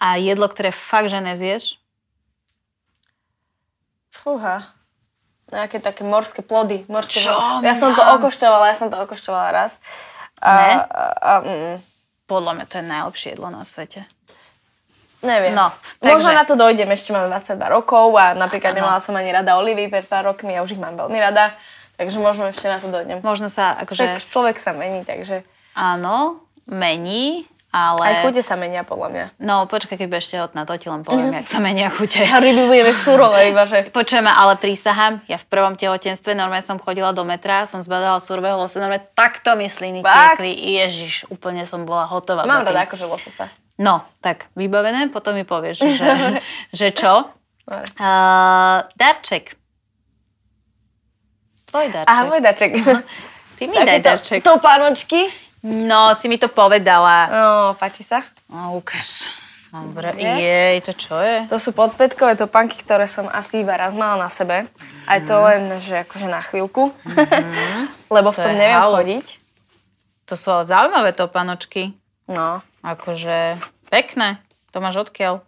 Speaker 1: A jedlo, ktoré fakt, že nezieš.
Speaker 2: Fúha. Nejaké také morské plody. Morské
Speaker 1: Čo?
Speaker 2: plody. Ja som to
Speaker 1: Mám.
Speaker 2: okoštovala, ja som to okoštovala raz. A,
Speaker 1: Ne?
Speaker 2: a, a, mm,
Speaker 1: Podľa mňa to je najlepšie jedlo na svete.
Speaker 2: neviem.
Speaker 1: No,
Speaker 2: Možno
Speaker 1: takže-
Speaker 2: na to dojdem, ešte mám 22 rokov a napríklad nemala som ani rada olivy pred pár rokmi, ja už ich mám veľmi rada, takže možno ešte na to dojdem.
Speaker 1: Možno sa
Speaker 2: Však
Speaker 1: akože,
Speaker 2: človek sa mení, takže
Speaker 1: áno, mení,
Speaker 2: aj
Speaker 1: ale...
Speaker 2: chute sa menia podľa mňa.
Speaker 1: No počkaj, keď budeš tehotná, to ti len poviem,
Speaker 2: Mhm.
Speaker 1: jak sa menia chute.
Speaker 2: A ryby budeme surové iba, že...
Speaker 1: Počujeme, ale prísahám, ja v prvom tehotenstve normálne som chodila do metra, som zbadala surveho losa, normálne takto mi sliny
Speaker 2: Fakt?
Speaker 1: tiekli, ježiš, úplne som bola hotová. za
Speaker 2: Mám
Speaker 1: tým.
Speaker 2: rada akože lososa.
Speaker 1: No, tak, vybavené, potom mi povieš, že, že čo.
Speaker 2: Dobre.
Speaker 1: Uh, darček. Tvoj darček.
Speaker 2: Aha, môj daček.
Speaker 1: Ty mi daj darček.
Speaker 2: Takéto topánočky.
Speaker 1: No, si mi to povedala.
Speaker 2: No, páči sa.
Speaker 1: No, ukáž. Dobre,
Speaker 2: Je?
Speaker 1: jej, to čo je?
Speaker 2: To sú podpätkové topánky, ktoré som asi iba raz mala na sebe. Aj to len, že akože na chvíľku. Lebo v
Speaker 1: To
Speaker 2: tom
Speaker 1: je
Speaker 2: neviem
Speaker 1: haus.
Speaker 2: chodiť.
Speaker 1: To sú ale zaujímavé topanočky.
Speaker 2: No.
Speaker 1: Akože pekné. To máš odkiaľ?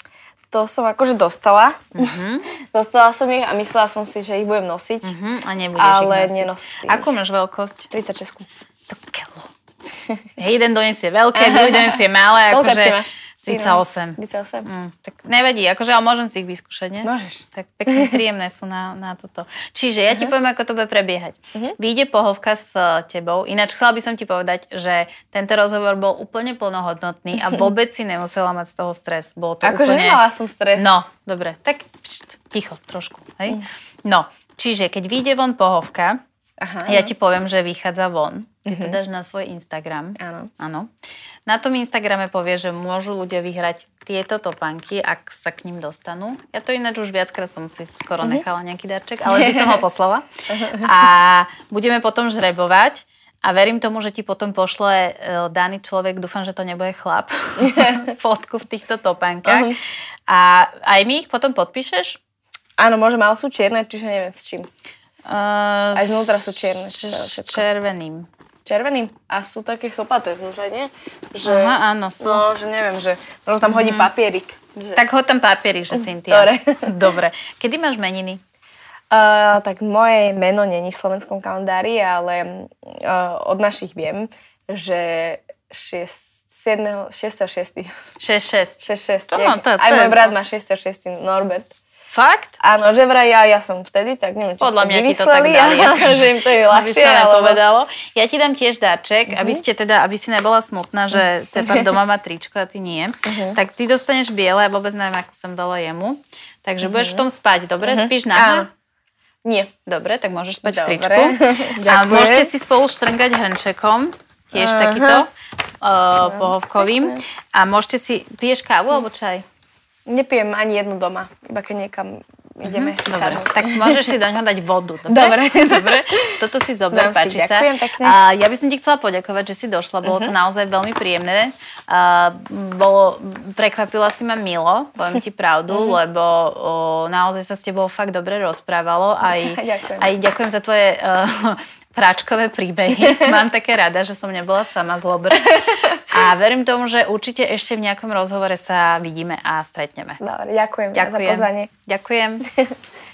Speaker 2: To som akože dostala. Mhm. dostala som ich a myslela som si, že ich budem nosiť.
Speaker 1: Hm, a nebudeš
Speaker 2: Ale
Speaker 1: ich nosiť.
Speaker 2: nenosíš.
Speaker 1: Akú máš veľkosť?
Speaker 2: 36.
Speaker 1: To kelo. Jeden donesie veľké, druhý donesie malé.
Speaker 2: Koľko
Speaker 1: akože
Speaker 2: ty máš? Ty máš?
Speaker 1: 38.
Speaker 2: 38.
Speaker 1: Mm, tak nevadí, akože, ale môžem si ich vyskúšať, nie?
Speaker 2: Môžeš.
Speaker 1: Tak pekne príjemné sú na, na toto. Čiže ja
Speaker 2: Mhm.
Speaker 1: ti poviem, ako to bude prebiehať. Vyjde pohovka s e, tebou. Ináč chcela by som ti povedať, že tento rozhovor bol úplne plnohodnotný a vôbec si nemusela mať z toho stres. Bolo to
Speaker 2: Akože
Speaker 1: úplne...
Speaker 2: nemala som stres.
Speaker 1: No, dobre, tak pšt, ticho trošku. Hej? No, čiže keď vyjde von pohovka,
Speaker 2: Aha.
Speaker 1: ja ti poviem, že vychádza von. Keď to dáš na svoj Instagram.
Speaker 2: Áno.
Speaker 1: Áno. Na tom Instagrame povie, že môžu ľudia vyhrať tieto topanky, ak sa k ním dostanú. Ja to ináč už viackrát som si skoro
Speaker 2: Mhm.
Speaker 1: nechala nejaký darček, ale by som ho poslala. A budeme potom žrebovať. A verím tomu, že ti potom pošle e, daný človek, dúfam, že to nebude chlap, fotku v týchto
Speaker 2: Mhm.
Speaker 1: topankách. A aj mi ich potom podpíšeš?
Speaker 2: Áno, môžem, ale sú čierne, čiže neviem s čím.
Speaker 1: Uh,
Speaker 2: Aj znútra sú čierne, čo celé
Speaker 1: s
Speaker 2: všetko.
Speaker 1: červeným.
Speaker 2: Červeným. A sú také chlpaté vnútra, nie? Že,
Speaker 1: Aha, áno, Mhm. sú.
Speaker 2: No, že neviem, že možno tam hodí papierik. Že,
Speaker 1: Tak ho tam papieri, že Cynthia.
Speaker 2: Dobre.
Speaker 1: Dobre. Kedy máš meniny?
Speaker 2: Uh, tak moje meno není v slovenskom kalendári, ale uh, od našich viem, že 6, 7, 6. 6.
Speaker 1: 6-6.
Speaker 2: 6.
Speaker 1: To mám, to-
Speaker 2: Aj
Speaker 1: to
Speaker 2: môj
Speaker 1: je-
Speaker 2: brat má 6. 6. Norbert.
Speaker 1: Fakt?
Speaker 2: Áno, že vraj ja, ja som vtedy, tak neviem, či
Speaker 1: Podľa
Speaker 2: si
Speaker 1: mňa ti to tak
Speaker 2: vyvysleli,
Speaker 1: dali.
Speaker 2: ale že im to je
Speaker 1: Aby
Speaker 2: ľahšie.
Speaker 1: sa ale...
Speaker 2: alebo- Mhm.
Speaker 1: povedalo. Ja ti dám tiež dáček, aby, ste teda, aby si nebola smutná, že Sepan doma má tričko a ty nie.
Speaker 2: Mhm.
Speaker 1: Tak ty dostaneš biele, ja vôbec neviem, ako som dala jemu. Takže budeš v tom spať, dobre? Spíš
Speaker 2: Mhm. Áno.
Speaker 1: na
Speaker 2: Nie.
Speaker 1: Dobre, tak môžeš spať v
Speaker 2: Dobre.
Speaker 1: tričku. A
Speaker 2: Ďakujem.
Speaker 1: môžete si spolu štrngať hrnčekom, tiež eh,
Speaker 2: Aha.
Speaker 1: takýto, uh, pohovkovým. A môžete si, piješ kávu alebo čaj?
Speaker 2: Nepijem ani jednu doma, iba keď niekam ideme mm-hmm. si
Speaker 1: Dobre,
Speaker 2: sadnúť.
Speaker 1: tak môžeš si do ňoho dať vodu. Dobre?
Speaker 2: Dobre.
Speaker 1: Dobre. Toto si zober,
Speaker 2: Dám si,
Speaker 1: páči sa.
Speaker 2: ďakujem pekne. Mhm.
Speaker 1: A ja by som ti chcela poďakovať, že si došla. Bolo to naozaj veľmi príjemné. A bolo, prekvapila si ma milo, poviem ti pravdu,
Speaker 2: Mhm.
Speaker 1: lebo o, naozaj sa s tebou fakt dobre rozprávalo. Aj,
Speaker 2: Ďakujem.
Speaker 1: aj ďakujem za tvoje eh, práčkové príbehy. Mám také rada, že som nebola sama zlobr. A verím tomu, že určite ešte v nejakom rozhovore sa vidíme a stretneme.
Speaker 2: Dobre, ďakujem, ďakujem. za
Speaker 1: Ďakujem.
Speaker 2: pozvanie.
Speaker 1: Ďakujem.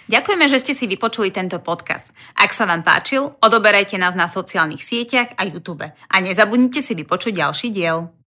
Speaker 3: Ďakujeme, že ste si vypočuli tento podcast. Ak sa vám páčil, odoberajte nás na sociálnych sieťach a YouTube. A nezabudnite si vypočuť ďalší diel.